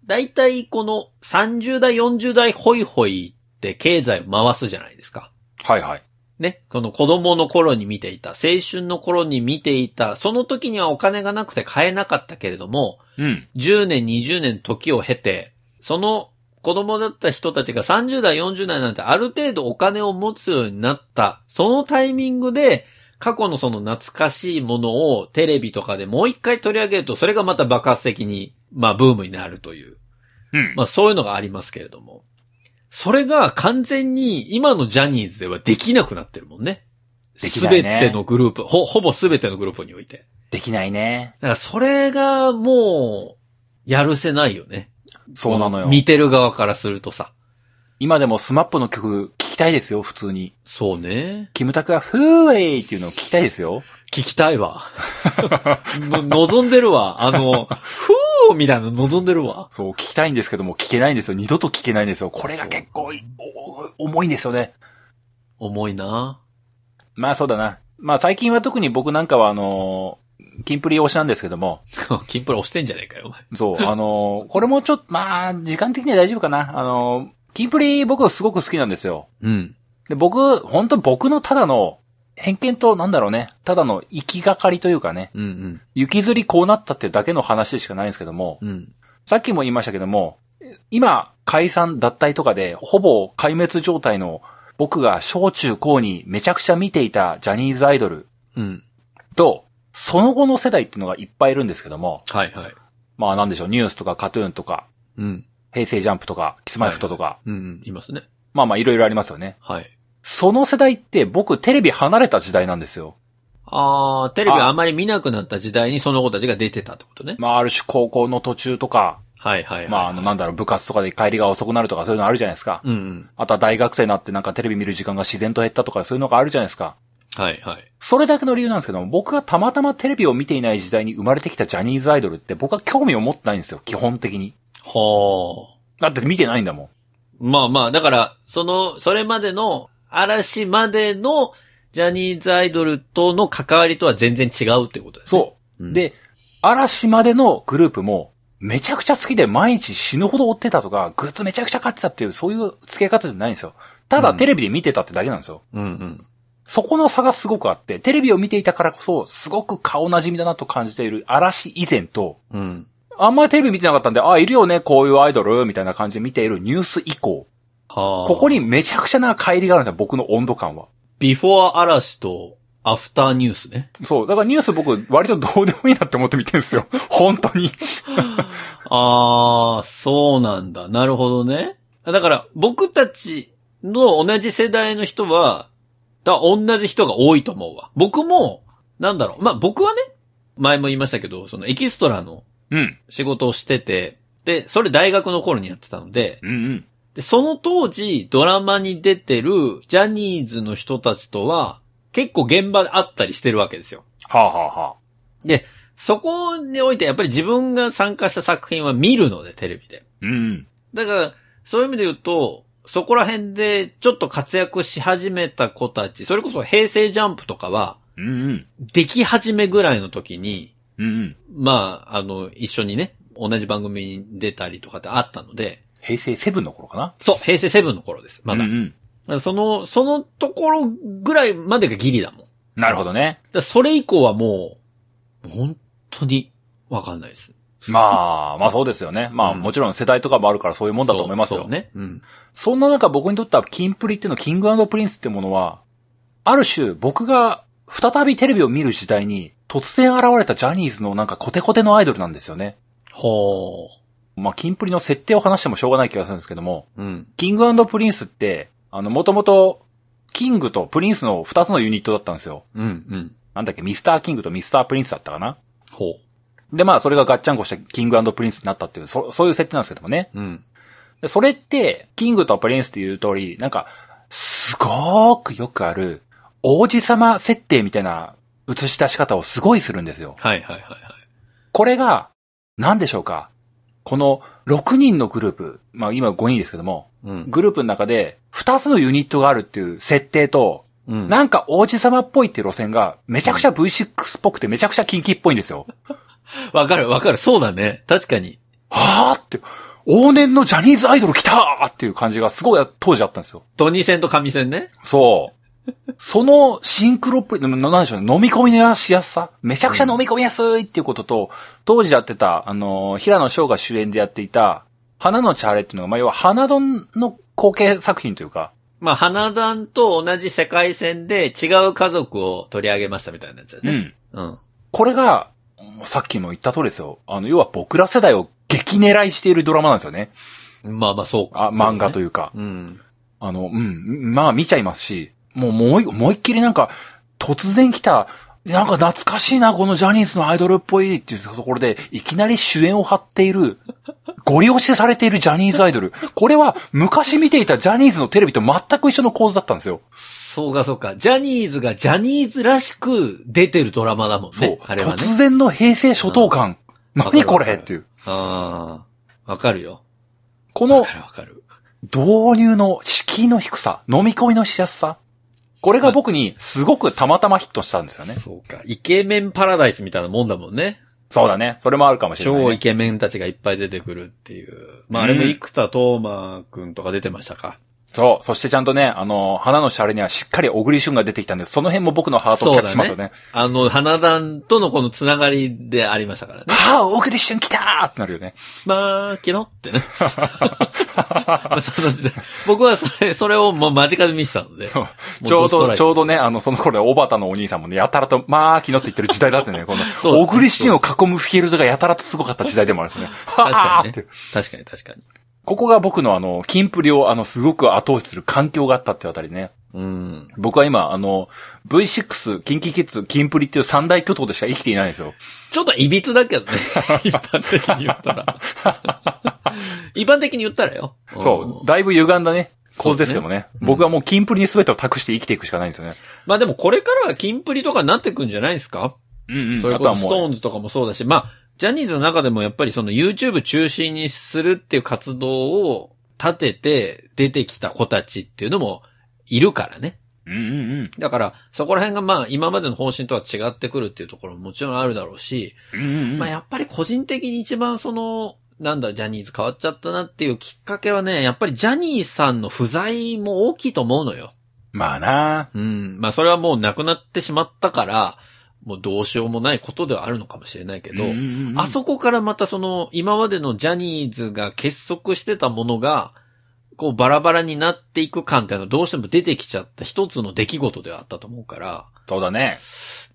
A: 大体この30代、40代ホイホイって経済を回すじゃないですか。
B: はいはい。
A: ね、この子供の頃に見ていた、青春の頃に見ていた、その時にはお金がなくて買えなかったけれども、
B: うん。
A: 10年、20年時を経て、その子供だった人たちが30代、40代なんてある程度お金を持つようになった、そのタイミングで、過去のその懐かしいものをテレビとかでもう一回取り上げると、それがまた爆発的に、まあブームになるという。
B: うん
A: まあそういうのがありますけれども。それが完全に今のジャニーズではできなくなってるもんね。
B: ですきない
A: べ、
B: ね
A: てのグループ、ほ、ほぼすべてのグループにおいて。
B: できないね。
A: だからそれがもう、やるせないよね。
B: そうなのよ。
A: 見てる側からするとさ。
B: 今でもスマップの曲聴ききたいですよ、普通に。
A: そうね。
B: キムタクがフーウェイっていうのを聞きたいですよ。
A: 聞きたいわ。 の望んでるわ。あの、ふーみたいなの望んでるわ。
B: そう、聞きたいんですけども、聞けないんですよ。二度と聞けないんですよ。これが結構い、おお重いんですよね。
A: 重いな。
B: まあそうだな。まあ最近は特に僕なんかはあのー、キンプリ推しなんですけども、
A: キンプリ押してんじゃねえかよ、お前。
B: そう、あのー、これもちょっと、まあ、時間的には大丈夫かな。あのー、キンプリ僕すごく好きなんですよ。
A: うん。
B: で、僕、本当僕のただの、偏見と、なんだろうね、ただの行きがかりというかね、
A: うんうん。
B: 行きずりこうなったってだけの話でしかないんですけども、
A: うん。
B: さっきも言いましたけども、今、解散、脱退とかで、ほぼ壊滅状態の、僕が小中高にめちゃくちゃ見ていたジャニーズアイドル
A: うん。
B: と、その後の世代っていうのがいっぱいいるんですけども、
A: はいはい。
B: まあなんでしょう、ニュースとかカトゥーンとか、
A: うん。
B: 平成ジャンプとか、キスマイフットとか、
A: うんうん。いますね。
B: まあまあいろいろありますよね。
A: はい。
B: その世代って僕テレビ離れた時代なんですよ。
A: あー、テレビあんまり見なくなった時代にその子たちが出てたってことね。
B: まあある種高校の途中とか、
A: はいはいはい。
B: まああのなんだろう、部活とかで帰りが遅くなるとかそういうのあるじゃないですか。
A: うんうん。
B: あとは大学生になってなんかテレビ見る時間が自然と減ったとかそういうのがあるじゃないですか。
A: はいはい。
B: それだけの理由なんですけども、僕がたまたまテレビを見ていない時代に生まれてきたジャニーズアイドルって僕は興味を持ってないんですよ、基本的に。
A: はあ。
B: だって見てないんだもん。
A: まあまあ、だから、その、それまでの、嵐までの、ジャニーズアイドルとの関わりとは全然違うってことですね。
B: そう。
A: うん。
B: で、嵐までのグループも、めちゃくちゃ好きで毎日死ぬほど追ってたとか、グッズめちゃくちゃ買ってたっていう、そういう付け方じゃないんですよ。た
A: う
B: だ
A: ん
B: テレビで見てたってだけなんですよ。
A: うんうん。
B: そこの差がすごくあって、テレビを見ていたからこそ、すごく顔馴染みだなと感じている嵐以前と、
A: うん。
B: あんまりテレビ見てなかったんで、あ、いるよね、こういうアイドル、みたいな感じで見ているニュース以降、
A: はあ。
B: ここにめちゃくちゃな乖離があるんですよ、僕の温度感は。
A: ビフォー嵐と、アフターニュースね。
B: そう、だからニュース僕、割とどうでもいいなって思って見てるんですよ。 本当に。
A: ああ、そうなんだ。なるほどね。だから、僕たちの同じ世代の人は、だ同じ人が多いと思うわ。僕も、なんだろう。まあ、僕はね、前も言いましたけど、そのエキストラの
B: うん、
A: 仕事をしてて、で、それ大学の頃にやってたので、
B: うん、うん。
A: でその当時ドラマに出てるジャニーズの人たちとは、結構現場で会ったりしてるわけですよ。
B: はあ、はあはあ、
A: そこにおいてやっぱり自分が参加した作品は見るので、テレビで。
B: うん、うん。
A: だから、そういう意味で言うと、そこら辺でちょっと活躍し始めた子たち、それこそ平成ジャンプとかは、
B: うんうん。
A: でき始めぐらいの時に、
B: うんうん。
A: まあ、あの、一緒にね、同じ番組に出たりとかってあったので、
B: 平成セブンの頃かな
A: そう、平成セブンの頃です、まだ。
B: うんうん。
A: その、そのところぐらいまでがギリだもん。だか
B: なるほどね。
A: らそれ以降はもう、本当にわかんないです。
B: まあ、まあそうですよね。まあ、
A: うん
B: もちろん世代とかもあるからそういうもんだと思います
A: そう
B: よ。
A: そう
B: ね、
A: ね。うん。
B: そんな中僕にとってはキンプリっていうの、キングプリンスってものは、ある種僕が再びテレビを見る時代に突然現れたジャニーズのなんかコテコテのアイドルなんですよね。
A: ほ
B: まあ、キンプリの設定を話してもしょうがない気がするんですけども、
A: う。うん。
B: キングプリンスって、あの、もともと、キングとプリンスの二つのユニットだったんですよ。
A: うん、うん。
B: なんだっけ、ミスターキングとミスタープリンスだったかな
A: ほ
B: で、まあ、それがガッチャンコしてキングプリンスになったっていう、そそういう設定なんですけどもね。
A: う。うん。
B: でそれって、キングとプリンスっていう通り、なんか、すごーくよくある、王子様設定みたいな映し出し方をすごいするんですよ。
A: はいはいはいはい。
B: これが、なんでしょうかこの6人のグループ、まあ今5人ですけども、
A: うん。
B: グループの中で2つのユニットがあるっていう設定と、
A: うん。
B: なんか王子様っぽいっていう路線がめちゃくちゃ V6 っぽくてめちゃくちゃキンキっぽいんですよ。
A: わかるわかる。そうだね。確かに。
B: はぁって、往年のジャニーズアイドル来たーっていう感じがすごい当時あったんですよ。
A: トニー戦と神戦ね。
B: そう。そのシンクロプリ、ななんでしょうね、飲み込みのしやすさめちゃくちゃ飲み込みやすいっていうことと、当時やってた、あのー、平野翔が主演でやっていた、花のチャレっていうのが、まあ、要は花丼の後継作品というか、
A: まあ、花壇と同じ世界線で違う家族を取り上げましたみたいなやつだ
B: う
A: ね。
B: ん。
A: うん。
B: これが、もうさっきも言った通りですよ。あの、要は僕ら世代を激狙いしているドラマなんですよね。
A: まあまあ、そうか。
B: あ、漫画と
A: いう。
B: いうか。
A: うん。
B: あの、うん、まあ見ちゃいますし、もうもうい、思いっきりなんか、突然来た、なんか懐かしいな、このジャニーズのアイドルっぽいっていうところで、いきなり主演を張っている、ゴリ押しされているジャニーズアイドル。これは昔見ていたジャニーズのテレビと全く一緒の構図だったんですよ。
A: そうかそうか。ジャニーズがジャニーズらしく出てるドラマだもんね。
B: そう。
A: あれはね。
B: 突然の平成初等感。
A: わか
B: 何
A: る
B: こ
A: わか
B: れ
A: る
B: っていう。
A: ああ。わかるよ。
B: こ
A: わ
B: の
A: かるわかる。
B: 導入の敷居の低さ、飲み込みのしやすさ。これが僕にすごくたまたまヒットしたんですよね。
A: そうか。イケメンパラダイスみたいなもんだもんね。
B: そうだね。それもあるかもしれない、
A: 超イ
B: ね。
A: ケメンたちがいっぱい出てくるっていう。まあ、あれも
B: うん
A: 生田斗真くんとか出てましたか。
B: そう。そしてちゃんとね、あの、花のシャレにはしっかり小栗旬が出てきたんで、その辺も僕のハートをキャッチしますよね。
A: あの、花壇とのこのつながりでありましたからね。
B: はぁ、小栗旬来たーってなるよね。
A: まあ、キノって ね。 まあその時代僕はそれ、それをもう間近で見てたので。
B: ちょうど、ちょうど
A: ね。
B: ね、あの、その頃ね、小畑のお兄さんもね、やたらと、まあ、昨日って言ってる時代だってね、こ
A: そ
B: の、
A: うですね
B: 小栗旬を囲むフィールドがやたらとすごかった時代でもあるんですよね。
A: 確かに
B: はぁーっ
A: ね
B: て。。
A: 確かに確かに。
B: ここが僕のあの、キンプリをあの、すごく後押しする環境があったっていうあたりね。
A: うん。
B: 僕は今、あの、V6、キンキキッズ、キンプリっていう三大巨頭でしか生きていないんですよ。
A: ちょっといびつだけど ね。一般的に言ったら。一般的に言ったらよ。
B: そうう。
A: ん。
B: だいぶ歪んだね、構図ですけどもね。
A: うん
B: 僕はもうキンプリに全てを託して生きていくしかないんですよね。
A: まあでもこれからはキンプリとかになってくんじゃないですか
B: うん
A: それ
B: あ
A: ことそス
B: は
A: トー
B: もう、
A: ンズとかもそうだし、まあ、ジャニーズの中でもやっぱりその YouTube 中心にするっていう活動を立てて出てきた子たちっていうのもいるからね。
B: うんうんうん。
A: だから、そこら辺がまあ、今までの方針とは違ってくるっていうところももちろんあるだろうし、
B: うんうんうん
A: まあやっぱり個人的に一番その、なんだ、ジャニーズ変わっちゃったなっていうきっかけはね、やっぱりジャニーさんの不在も大きいと思うのよ。
B: まあな
A: うん。まあそれはもう亡くなってしまったから、もうどうしようもないことではあるのかもしれないけど、あそこからまたその、今までのジャニーズが結束してたものが、こうバラバラになっていく感っていうのはどうしても出てきちゃった一つの出来事ではあったと思うから、
B: そうだね。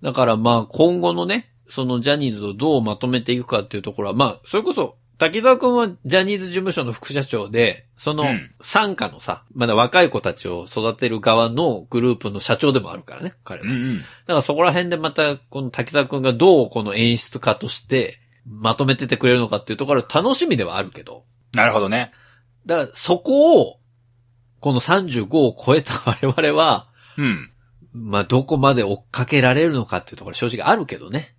A: だからまあ今後のね、そのジャニーズをどうまとめていくかっていうところは、まあ、それこそ、滝沢くんはジャニーズ事務所の副社長で、その
B: うん
A: 傘下のさ、まだ若い子たちを育てる側のグループの社長でもあるからね、彼は。
B: うんうん。
A: だからそこら辺でまた、この滝沢くんがどうこの演出家として、まとめててくれるのかっていうところは楽しみではあるけど。
B: なるほどね。
A: だからそこを、この35を超えた我々は、
B: うん。
A: まあ、どこまで追っかけられるのかっていうところ正直あるけどね。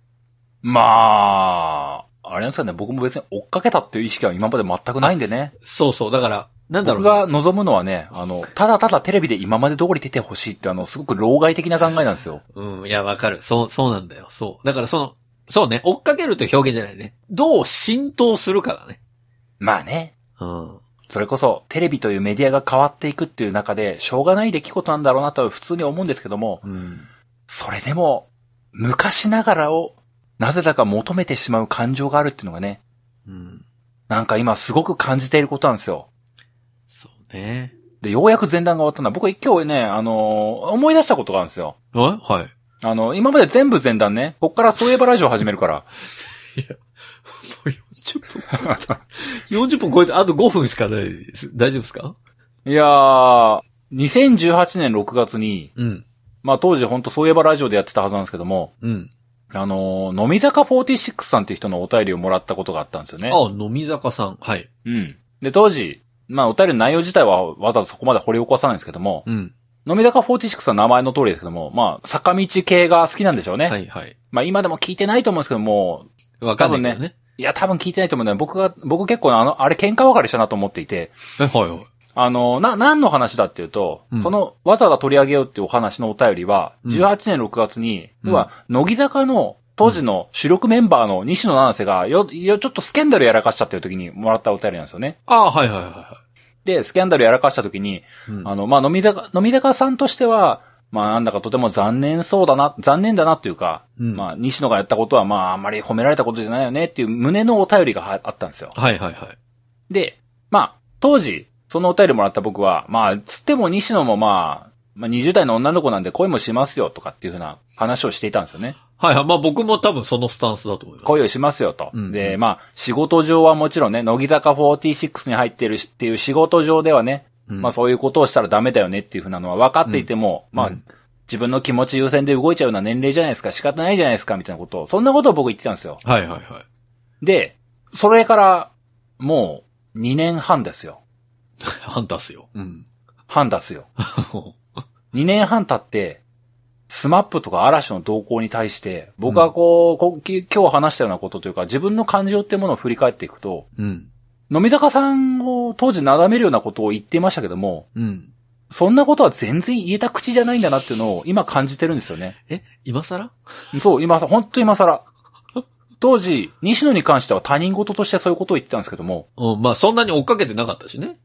B: まあ、あれなんですかね、僕も別に追っかけたっていう意識は今まで全くないんでね。
A: そうそう。だから、なんだろう
B: 僕
A: な。
B: が望むのはね、あの、ただただテレビで今まで通り出てほしいって、あの、すごく老害的な考えなんですよ。
A: うん、いや、わかる。そう、そうなんだよ。そう。だからその、そうね、追っかけるという表現じゃないね。どう浸透するかだね。
B: まあね。
A: うん。
B: それこそ、テレビというメディアが変わっていくっていう中で、しょうがない出来事なんだろうなとは普通に思うんですけども、
A: うん。
B: それでも、昔ながらを、なぜだか求めてしまう感情があるっていうのがね、
A: うん。
B: なんか今すごく感じていることなんですよ。
A: そうね。
B: で、ようやく前段が終わったのは、僕今日ね、あのー思い出したことがあるんですよ。
A: え はい。
B: あの、今まで全部前段ね、こっからそういえばラジオ始めるから。
A: もう40分超えた。40分超えて、あと5分しかないです。大丈夫ですか
B: いやー、2018年6月に、
A: うん。
B: まあ当時ほんとそういえばラジオでやってたはずなんですけども、
A: うん。
B: あのー、飲み坂46さんっていう人のお便りをもらったことがあったんですよね。
A: あ、飲み坂さん。はい。
B: うん。で、当時、まあお便りの内容自体はわざわざそこまで掘り起こさないんですけども、
A: うん。
B: 飲み坂46さん名前の通りですけども、まあ坂道系が好きなんでしょうね。
A: はいはい。
B: まあ今でも聞いてないと思うんですけども、
A: わかんないけどね。
B: いや、多分聞いてないと思うんだよ。僕が、僕結構あの、あれ喧嘩別れしたなと思っていて、
A: え、はいはい。
B: あの、な、何の話だっていうと、
A: うん
B: その、わざわざ取り上げようっていうお話のお便りは、
A: うん
B: 18年6月に、
A: うん
B: 要は、乃木坂の、当時の主力メンバーの西野七瀬が、よ、よ、ちょっとスキャンダルやらかしたっていう時にもらったお便りなんですよね。
A: あはいはいはいは
B: で、スキャンダルやらかした時に、
A: い。うん
B: あの、まあ、飲み坂、飲み坂さんとしては、まあ、なんだかとても残念そうだな、残念だなっていうか、
A: うん
B: まあ、西野がやったことは、まあ、あんまり褒められたことじゃないよねっていう胸のお便りがはあったんですよ。
A: はいはいはい。
B: で、まあ、当時、そのお便りもらった僕は、まあ、つっても西野もまあ、まあ、20代の女の子なんで恋もしますよとかっていうふうな話をしていたんですよね。
A: はいはい。まあ僕も多分そのスタンスだと思います。
B: 恋をしますよと。
A: うんう
B: で、
A: ん
B: まあ、仕事上はもちろんね、乃木坂46に入ってるしっていう仕事上ではね、
A: うん
B: まあそういうことをしたらダメだよねっていうふうなのは分かっていても、
A: うん
B: まあ、
A: うん
B: 自分の気持ち優先で動いちゃうような年齢じゃないですか、仕方ないじゃないですか、みたいなことを、そんなことを僕言ってたんですよ。
A: はいはいはい。
B: で、それから、もう2年半ですよ。
A: ハンターっすよ。 うん。
B: 半ですよ。2年半経って、スマップとか嵐の動向に対して、僕はこう、こき今日話したようなことというか、自分の感情ってものを振り返っていくと、
A: うん。
B: 飲み坂さんを当時なだめるようなことを言っていましたけども、
A: うん。
B: そんなことは全然言えた口じゃないんだなっていうのを今感じてるんですよね。
A: え、今更
B: そう、今さ、本当今更。当時、西野に関しては他人事としてそういうことを言ってたんですけども、
A: うん、まあそんなに追っかけてなかったしね。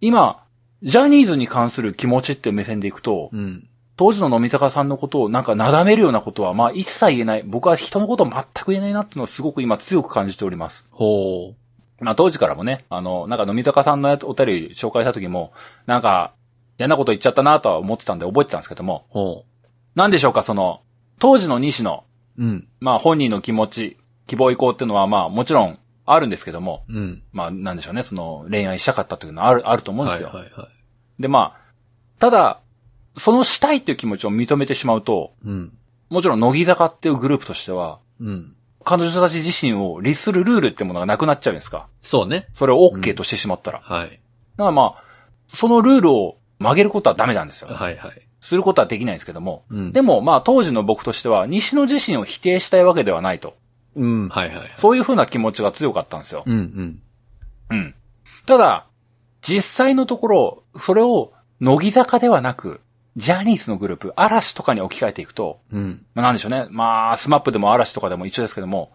B: 今、ジャニーズに関する気持ちっていう目線でいくと、
A: うん。
B: 当時の飲み坂さんのことをなんかなだめるようなことはまあ一切言えない。僕は人のことを全く言えないなっていうのをすごく今強く感じております。
A: ほ
B: まあ当時からもね、あの、なんか飲み坂さんのやつお便り紹介した時も、なんか嫌なこと言っちゃったなとは思ってたんで覚えてたんですけども
A: う、、ほ
B: なんでしょうかその、当時の西野、
A: う。うん。
B: まあ本人の気持ち、希望意向っていうのはまあもちろんあるんですけども、
A: うん。
B: まあなんでしょうね、その恋愛したかったというのはある、あると思うんで
A: は
B: す
A: い
B: よ。
A: はいは
B: でまあ、ただ、そのしたいっていう気持ちを認めてしまうと、
A: い。うん。
B: もちろん乃木坂っていうグループとしては、
A: うん。
B: 彼女たち自身を律するルールってものがなくなっちゃうんですか。
A: そうね。
B: それを OK としてしまったら。だ
A: はい。
B: からまあ、そのルールを曲げることはダメなんですよ。
A: はいはい。
B: することはできないんですけども。
A: うん。
B: でもまあ当時の僕としては、西野自身を否定したいわけではないと。
A: うん、はいはいはい。
B: そういう風な気持ちが強かったんですよ。
A: うんうん。
B: うん。ただ、実際のところ、それを乃木坂ではなく、ジャニーズのグループ、嵐とかに置き換えていくと、
A: うん。
B: まあ、なんでしょうね。まあ、スマップでも嵐とかでも一緒ですけども、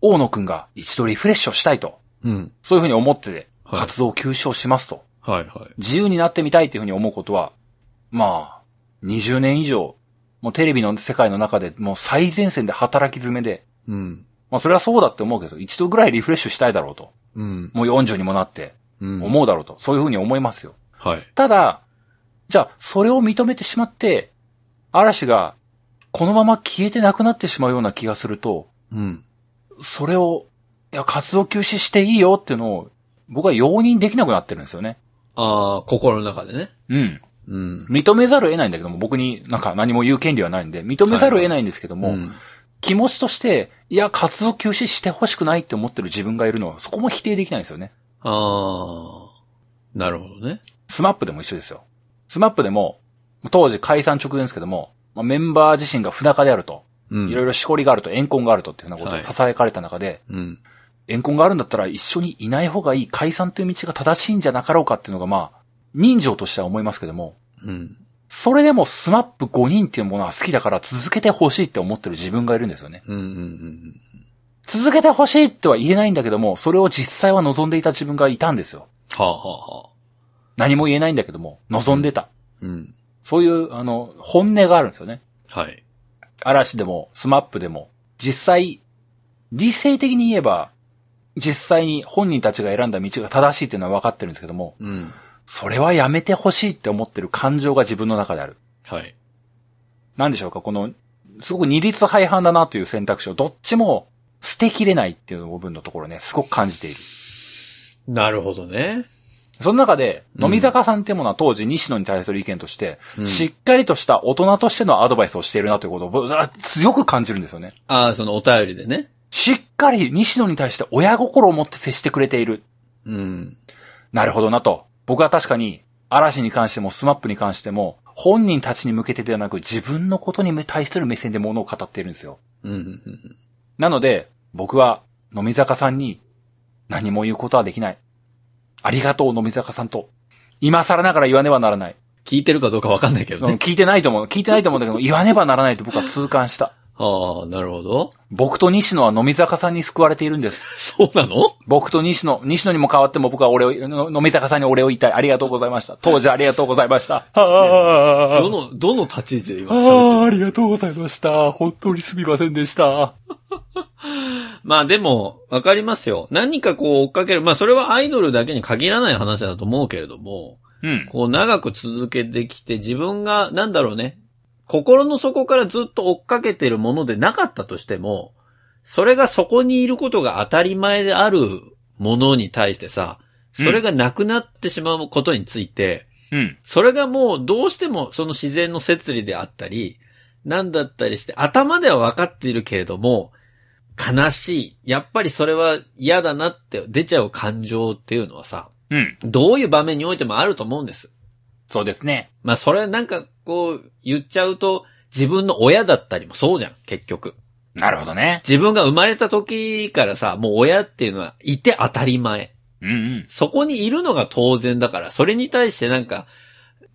B: 大野くんが一度リフレッシュをしたいと、
A: うん。
B: そういうふうに思って
A: はい
B: 活動を休止をしますと、
A: はいはい。
B: 自由になってみたいというふうに思うことは、まあ、20年以上、もうテレビの世界の中でもう最前線で働き詰めで、
A: うん。
B: まあそれはそうだって思うけど、一度ぐらいリフレッシュしたいだろうと。
A: うん。
B: もう40にもなって、
A: うん。
B: 思うだろうと。そういうふうに思いますよ。
A: はい。
B: ただ、じゃあ、それを認めてしまって、嵐が、このまま消えてなくなってしまうような気がすると、
A: うん。
B: それを、いや、活動休止していいよっていうのを、僕は容認できなくなってるんですよね。
A: ああ、心の中でね。
B: うん。
A: うん。
B: 認めざるを得ないんだけども、僕になんか何も言う権利はないんで、認めざるを得ないんですけども、
A: ん
B: 気持ちとして、いや、活動休止してほしくないって思ってる自分がいるのは、そこも否定できないんですよね。
A: ああ、なるほどね。
B: スマップでも一緒ですよ。スマップでも、当時解散直前ですけども、まあメンバー自身が不仲であると、
A: うん。
B: いろいろしこりがあると、怨恨があるとっていうようなこ
A: は
B: とを
A: い
B: 囁かれた中で、
A: うん。
B: 怨恨があるんだったら一緒にいない方がいい、解散という道が正しいんじゃなかろうかっていうのがまあ、人情としては思いますけども、
A: うん。
B: それでもスマップ5人っていうものは好きだから続けてほしいって思ってる自分がいるんですよね。
A: うん。うん。
B: 続けてほしいっては言えないんだけども、それを実際は望んでいた自分がいたんですよ。
A: はあ、はあはあ、
B: 何も言えないんだけども、望んでた。
A: うん。
B: そういう、あの、本音があるんですよね。
A: はい。
B: 嵐でも、スマップでも、実際、理性的に言えば、実際に本人たちが選んだ道が正しいっていうのは分かってるんですけども、
A: うん。
B: それはやめてほしいって思ってる感情が自分の中である。
A: はい。
B: なんでしょうかこの、すごく二律背反だなという選択肢をどっちも捨てきれないっていう部分のところね、すごく感じている。
A: なるほどね。
B: その中で、
A: うん
B: 飲み坂さんっていうものは当時西野に対する意見として、
A: うん
B: しっかりとした大人としてのアドバイスをしているなということを僕は強く感じるんですよね。
A: ああ、そのお便りでね。
B: しっかり西野に対して親心を持って接してくれている。
A: うん。
B: なるほどなと。僕は確かに、嵐に関してもスマップに関しても、本人たちに向けてではなく自分のことに対する目線で物を語っているんですよ。
A: うんうん。うん
B: なので、僕は、飲み坂さんに、何も言うことはできない。ありがとう、飲み坂さんと。今更ながら言わねばならない。
A: 聞いてるかどうかわかんないけど
B: うん
A: ね。
B: 聞いてないと思う。聞いてないと思うんだけど、言わねばならないと僕は痛感した。
A: ああ、なるほど。
B: 僕と西野は飲み坂さんに救われているんです。
A: そうなの
B: 僕と西野、西野にも変わっても僕は俺を、の飲み坂さんに俺を言いたい。ありがとうございました。当時ありがとうございました。あ
A: どの、どの立ち位置で今喋ってる
B: りがとうございました。本当にすみませんでした。
A: まあでも、わかりますよ。何かこう追っかける。まあそれはアイドルだけに限らない話だと思うけれども、
B: うん。
A: こう長く続けてきて自分が、なんだろうね、心の底からずっと追っかけてるものでなかったとしても、それがそこにいることが当たり前であるものに対してさ、それがなくなってしまうことについて、
B: うん。
A: それがもうどうしてもその自然の摂理であったり、なんだったりして、頭では分かっているけれども、悲しい。やっぱりそれは嫌だなって出ちゃう感情っていうのはさ、
B: うん。
A: どういう場面においてもあると思うんです。
B: そうですね。
A: まあそれなんかこう言っちゃうと自分の親だったりもそうじゃん、結局。
B: なるほどね。
A: 自分が生まれた時からさ、もう親っていうのはいて当たり前。
B: うんうん。
A: そこにいるのが当然だから、それに対してなんか、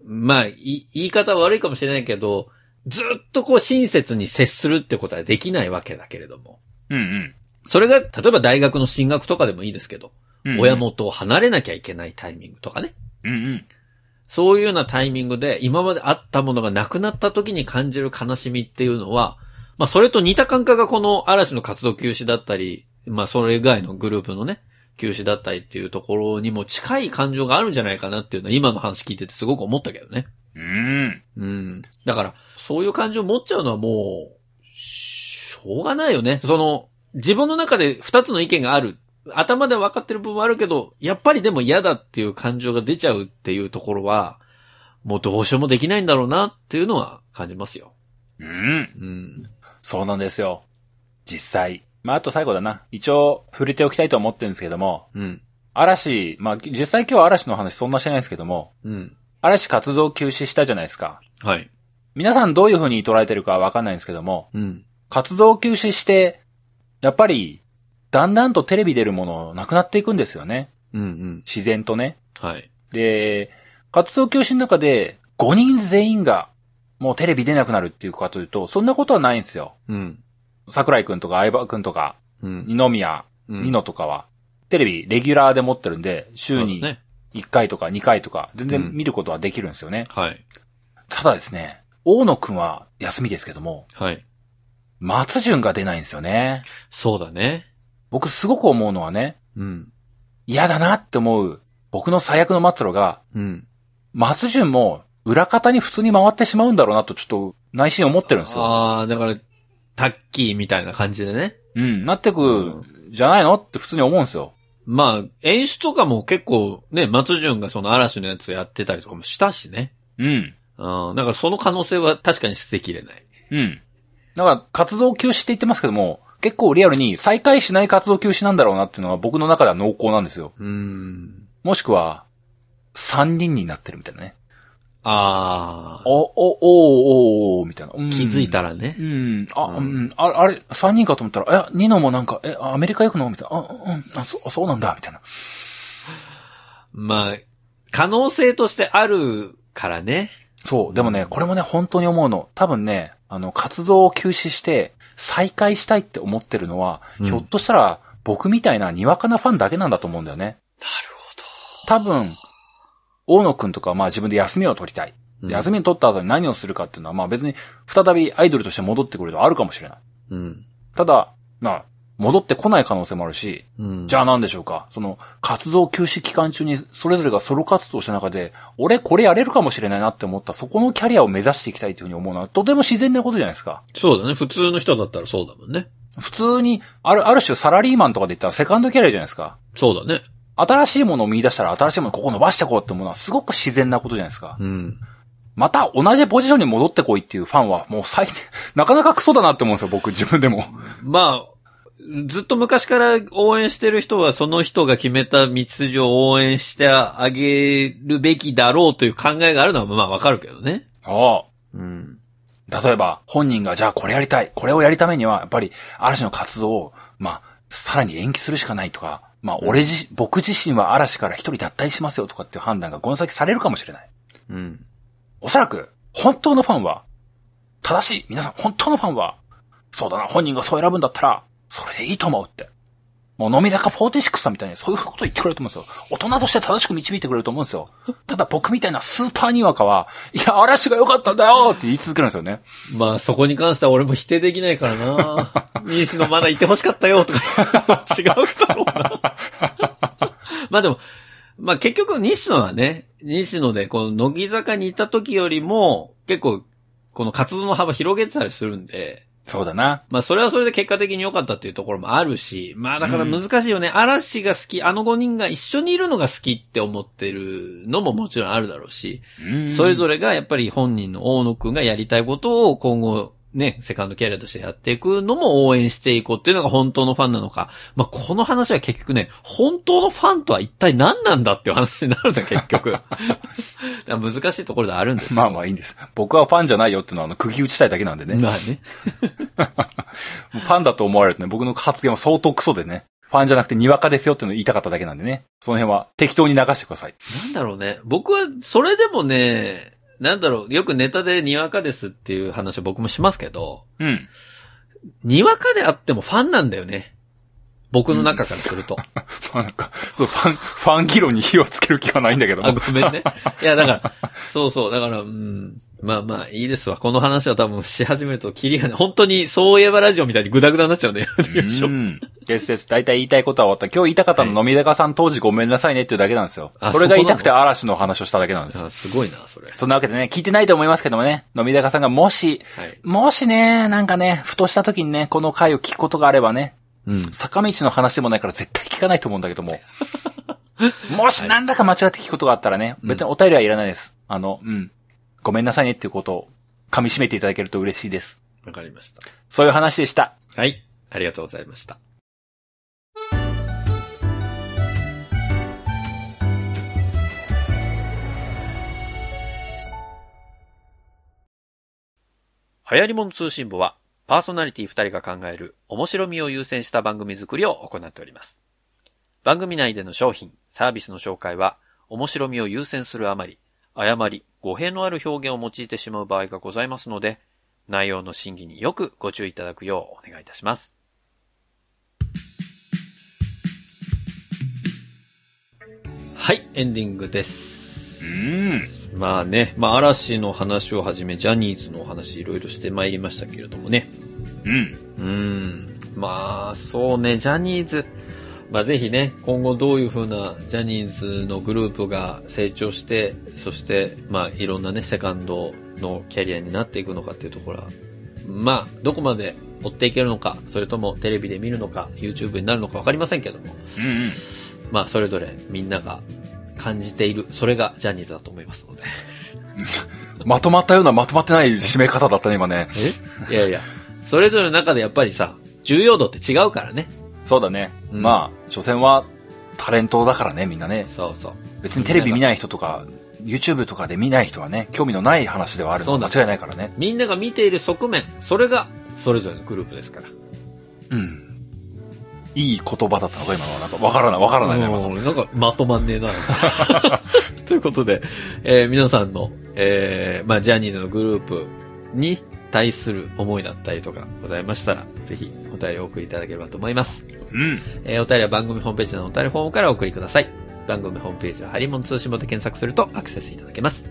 A: まあ、い言い方は悪いかもしれないけど、ずっとこう親切に接するってことはできないわけだけれども。
B: うんうん
A: それが、例えば大学の進学とかでもいいですけど、
B: うんうん。
A: 親。元を離れなきゃいけないタイミングとかね。
B: うんうん。
A: そういうようなタイミングで、今まであったものがなくなった時に感じる悲しみっていうのは、まあそれと似た感覚がこの嵐の活動休止だったり、まあそれ以外のグループのね、休止だったりっていうところにも近い感情があるんじゃないかなっていうのは今の話聞いててすごく思ったけどね。
B: うん。
A: うん。だから、そういう感情を持っちゃうのはもう、しょうがないよね。その、自分の中で二つの意見がある。頭では分かってる部分はあるけど、やっぱりでも嫌だっていう感情が出ちゃうっていうところは、もうどうしようもできないんだろうなっていうのは感じますよ。
B: うん。
A: うん。
B: そうなんですよ。実際。まあ、あと最後だな。一応、触れておきたいと思ってるんですけども、
A: うん。
B: 嵐、まあ、実際今日は嵐の話そんなしてないんですけども、
A: うん。
B: 嵐活動休止したじゃないですか。
A: はい。
B: 皆さんどういう風に捉えてるかはわかんないんですけども、
A: うん。
B: 活動休止して、やっぱり、だんだんとテレビ出るものなくなっていくんですよね。
A: うんうん。
B: 自然とね。
A: はい。
B: で、活動休止の中で5人全員がもうテレビ出なくなるっていうかというと、そんなことはないんですよ。
A: うん。
B: 桜井くんとか相葉くんとか、
A: うん。
B: 二宮、
A: うん
B: 二野とかは、テレビレギュラーで持ってるんで、週
A: そう
B: に
A: だね。
B: 1回とか2回とか、全
A: うん
B: 然見ることはできるんですよね。
A: はい。
B: ただですね、大野くんは休みですけども、
A: はい。
B: 松潤が出ないんですよね。
A: そうだね。
B: 僕すごく思うのはね、
A: うん。
B: 嫌だなって思う、僕の最悪の末路が、
A: うん。
B: 松潤も裏方に普通に回ってしまうんだろうなとちょっと内心思ってるんですよ。
A: ああ、だから、タッキーみたいな感じでね。
B: うん、なって
A: う
B: く、じゃないのって普通に思うんですよ。
A: まあ、演出とかも結構ね、松潤がその嵐のやつやってたりとかもしたしね。
B: うん、
A: うん。だからその可能性は確かに捨てきれない。
B: うん。だから活動休止って言ってますけども、結構リアルに再開しない活動休止なんだろうなっていうのは僕の中では濃厚なんですよ。
A: うーん。
B: もしくは、三人になってるみたいなね。
A: ああ、
B: お、お、おーおーおーみたいな。うん
A: 気づい。たらね
B: う。ん。あ、
A: うん
B: うん。ああれ、三人かと思ったら、え、ニノもなんか、え、アメリカ行くのみたいな。あ、うん。あ、そそうなんだ。みたいな。
A: まあ、可能性としてあるからね。
B: そう。でもね、これもね、本当に思うの。多分ね、あの、活動を休止して、再開したいって思ってるのは、
A: うん
B: ひょっとしたら、僕みたいなにわかなファンだけなんだと思うんだよね。
A: なる
B: 多分、大野くんとかはまあ自分で休みを取りたい。
A: ほ
B: 休みを取った後に何をするかっていうのは、まあ別に、再びアイドルとして戻ってくるのはあるかもしれない。
A: うん。
B: ただ、まあ、戻ってこない可能性もあるし、
A: うん。
B: じゃあ何でしょうかその、活動休止期間中にそれぞれがソロ活動した中で、俺これやれるかもしれないなって思った、そこのキャリアを目指していきたいというふうに思うのは、とても自然なことじゃないですか。
A: そうだね。普通の人だったらそうだもんね。
B: 普通に、ある、ある種サラリーマンとかで言ったらセカンドキャリアじゃないですか。
A: そうだね。
B: 新しいものを見出したら新しいものここ伸ばしてこうって思うのはすごく自然なことじゃないですか。
A: うん。
B: また同じポジションに戻ってこいっていうファンはもう最低、 なかなかクソだなって思うんですよ、僕自分でも。
A: まあ、ずっと昔から応援してる人はその人が決めた道筋を応援してあげるべきだろうという考えがあるのはまあわかるけどね。
B: ああ。
A: うん。
B: 例えば、本人が、じゃあこれやりたい。これをやるためには、やっぱり、嵐の活動を、まあ、さらに延期するしかないとか、まあ、俺自、僕自身は嵐から一人脱退しますよとかっていう判断がこの先されるかもしれない。
A: うん。
B: おそらく、本当のファンは、正しい、皆さん、本当のファンは、そうだな、本人がそう選ぶんだったら、それでいいと思うって。もう、飲み坂46さんみたいに、そういうこと言ってくれると思うんですよ。大人として正しく導いてくれると思うんですよ。ただ、僕みたいなスーパーにわかは、いや、嵐が良かったんだよって言い続けるんですよね。
A: まあそこに関しては俺も否定できないからな。 西野まだいてほしかったよとか 違うだろうな。 まあでも、まあ結局西野はね、西野でこの乃木坂にいた時よりも結構この活動の幅広げてたりするんで、
B: そうだな。
A: まあそれはそれで結果的に良かったっていうところもあるし、まあだから難しいよね。嵐が好き、あの5人が一緒にいるのが好きって思ってるのももちろんあるだろうし、それぞ
B: れ、
A: れがやっぱり本人の大野くんがやりたいことを今後ね、セカンドキャリアとしてやっていくのも応援していこうっていうのが本当のファンなのか。まあ、この話は結局ね、本当のファンとは一体何なんだっていう話になるんだ、結 局。だから難しいところではあるんですけど
B: まあまあいいんです。僕はファンじゃないよっていうのは、あの、釘打ちたいだけなんでね。
A: まあね。
B: ファンだと思われるとね、僕の発言は相当クソでね。ファンじゃなくてにわかですよっていうのを言いたかっただけなんでね。その辺は適当に流してください。
A: なんだろうね。僕は、それでもね、なんだろう、よくネタでにわかですっていう話を僕もしますけど、
B: うん。
A: にわかであってもファンなんだよね。僕の中からすると。
B: まあなんか、そう、ファン、ファン議論に火をつける気はないんだけど
A: あ、
B: も。
A: ごめんね。いや、だから、そうそう、だから、うん。まあまあ、いいですわ。この話は多分し始めるとキリがない。本当に、そういえばラジオみたいにグダグダになっちゃうね。よいし
B: う
A: ょ
B: ん。ですです。大体言いたいことは終わった。今日言いたかったの、飲み高さん当時ごめんなさいねっていうだけなんですよ
A: あ。
B: それ
A: そ
B: が言
A: こ
B: い
A: なの
B: たくて嵐の話をしただけなんです。
A: あすごいな、それ。
B: そんなわけでね、聞いてないと思いますけどもね、飲み高さんがもし、
A: はい。
B: もしね、なんかね、ふとした時にね、この回を聞くことがあればね、
A: うん。
B: 坂道の話でもないから絶対聞かないと思うんだけども。もし何らか間違って聞くことがあったらね、別にお便りはいらないです。あの、うん。ごめんなさいねっていうことを噛み締めていただけると嬉しいです。
A: わかりました。
B: そういう話でした。
A: はい。ありがとうございました。流行り物通信部は、パーソナリティ2人が考える面白みを優先した番組作りを行っております。番組内での商品、サービスの紹介は、面白みを優先するあまり、誤り、語弊のある表現を用いてしまう場合がございますので、内容の審議によくご注意いただくようお願いいたします。はい、エンディングです。
B: うん。
A: まあね、まあ嵐の話をはじめ、ジャニーズのお話いろいろしてまいりましたけれどもね。
B: うん。
A: うーん。まあ、そうね、ジャニーズ。まあぜひね、今後どういう風なジャニーズのグループが成長して、そして、まあいろんなね、セカンドのキャリアになっていくのかっていうところは、まあ、どこまで追っていけるのか、それともテレビで見るのか、YouTube になるのかわかりませんけども、
B: うん。
A: まあそれぞれみんなが感じている、それがジャニーズだと思いますので。
B: まとまったようなまとまってない締め方だったね、今ね。
A: えい やいや、それぞれの中でやっぱりさ、重要度って違うからね。
B: そうだね。
A: うん
B: まあ、所詮はタレントだからね、みんなね。
A: そうそう。
B: 別にテレビ見ない人とか、YouTube とかで見ない人はね、興味のない話ではある
A: そ
B: の
A: うなん
B: は
A: です
B: 間違いないからね。
A: みんなが見ている側面、それがそれぞれのグループですから。
B: うん。いい言葉だったのか、今のは。なんか、わからない、わからないね、今の
A: うんなんかまとまんね えな。ということで、えー皆さんの、えーまあ、ジャニーズのグループに対する思いだったりとかございましたら、ぜひお便りをお送りいただければと思います。
B: うん。
A: えーお便りは番組ホームページのお便りフォームからお送りください。番組ホームページはハリモン通信簿で検索するとアクセスいただけます。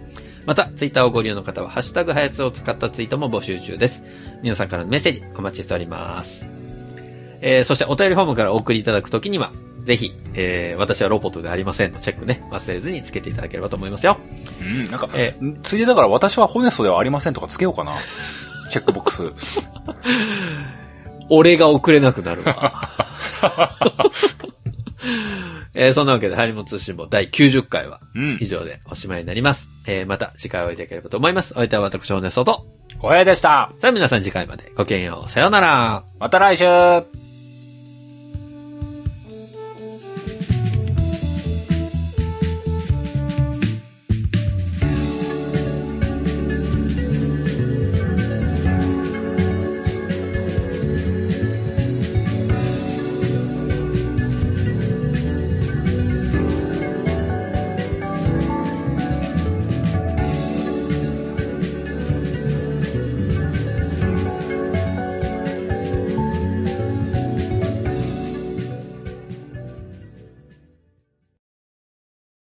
A: また、ツイッターをご利用の方は、ハッシュタグハヤツを使ったツイートも募集中です。皆さんからのメッセージお待ちしております。えーそしてお便りフォームからお送りいただくときには、ぜひ、えー私はロボットではありませんのチェックね、忘れずにつけていただければと思いますよ。
B: うん。なんか、
A: え
B: ついでだから私はホネストではありませんとかつけようかな。チェックボックス。
A: 俺が送れなくなるわ。えーそんなわけで、ハリモン通信簿第90回は、
B: うん
A: 以。上でおしまいになります。えーまた次回お会いできればと思います。お相手は私、大根外。
B: 小平でした。
A: さあ皆さん次回までごきげんよう。さようなら。
B: また来週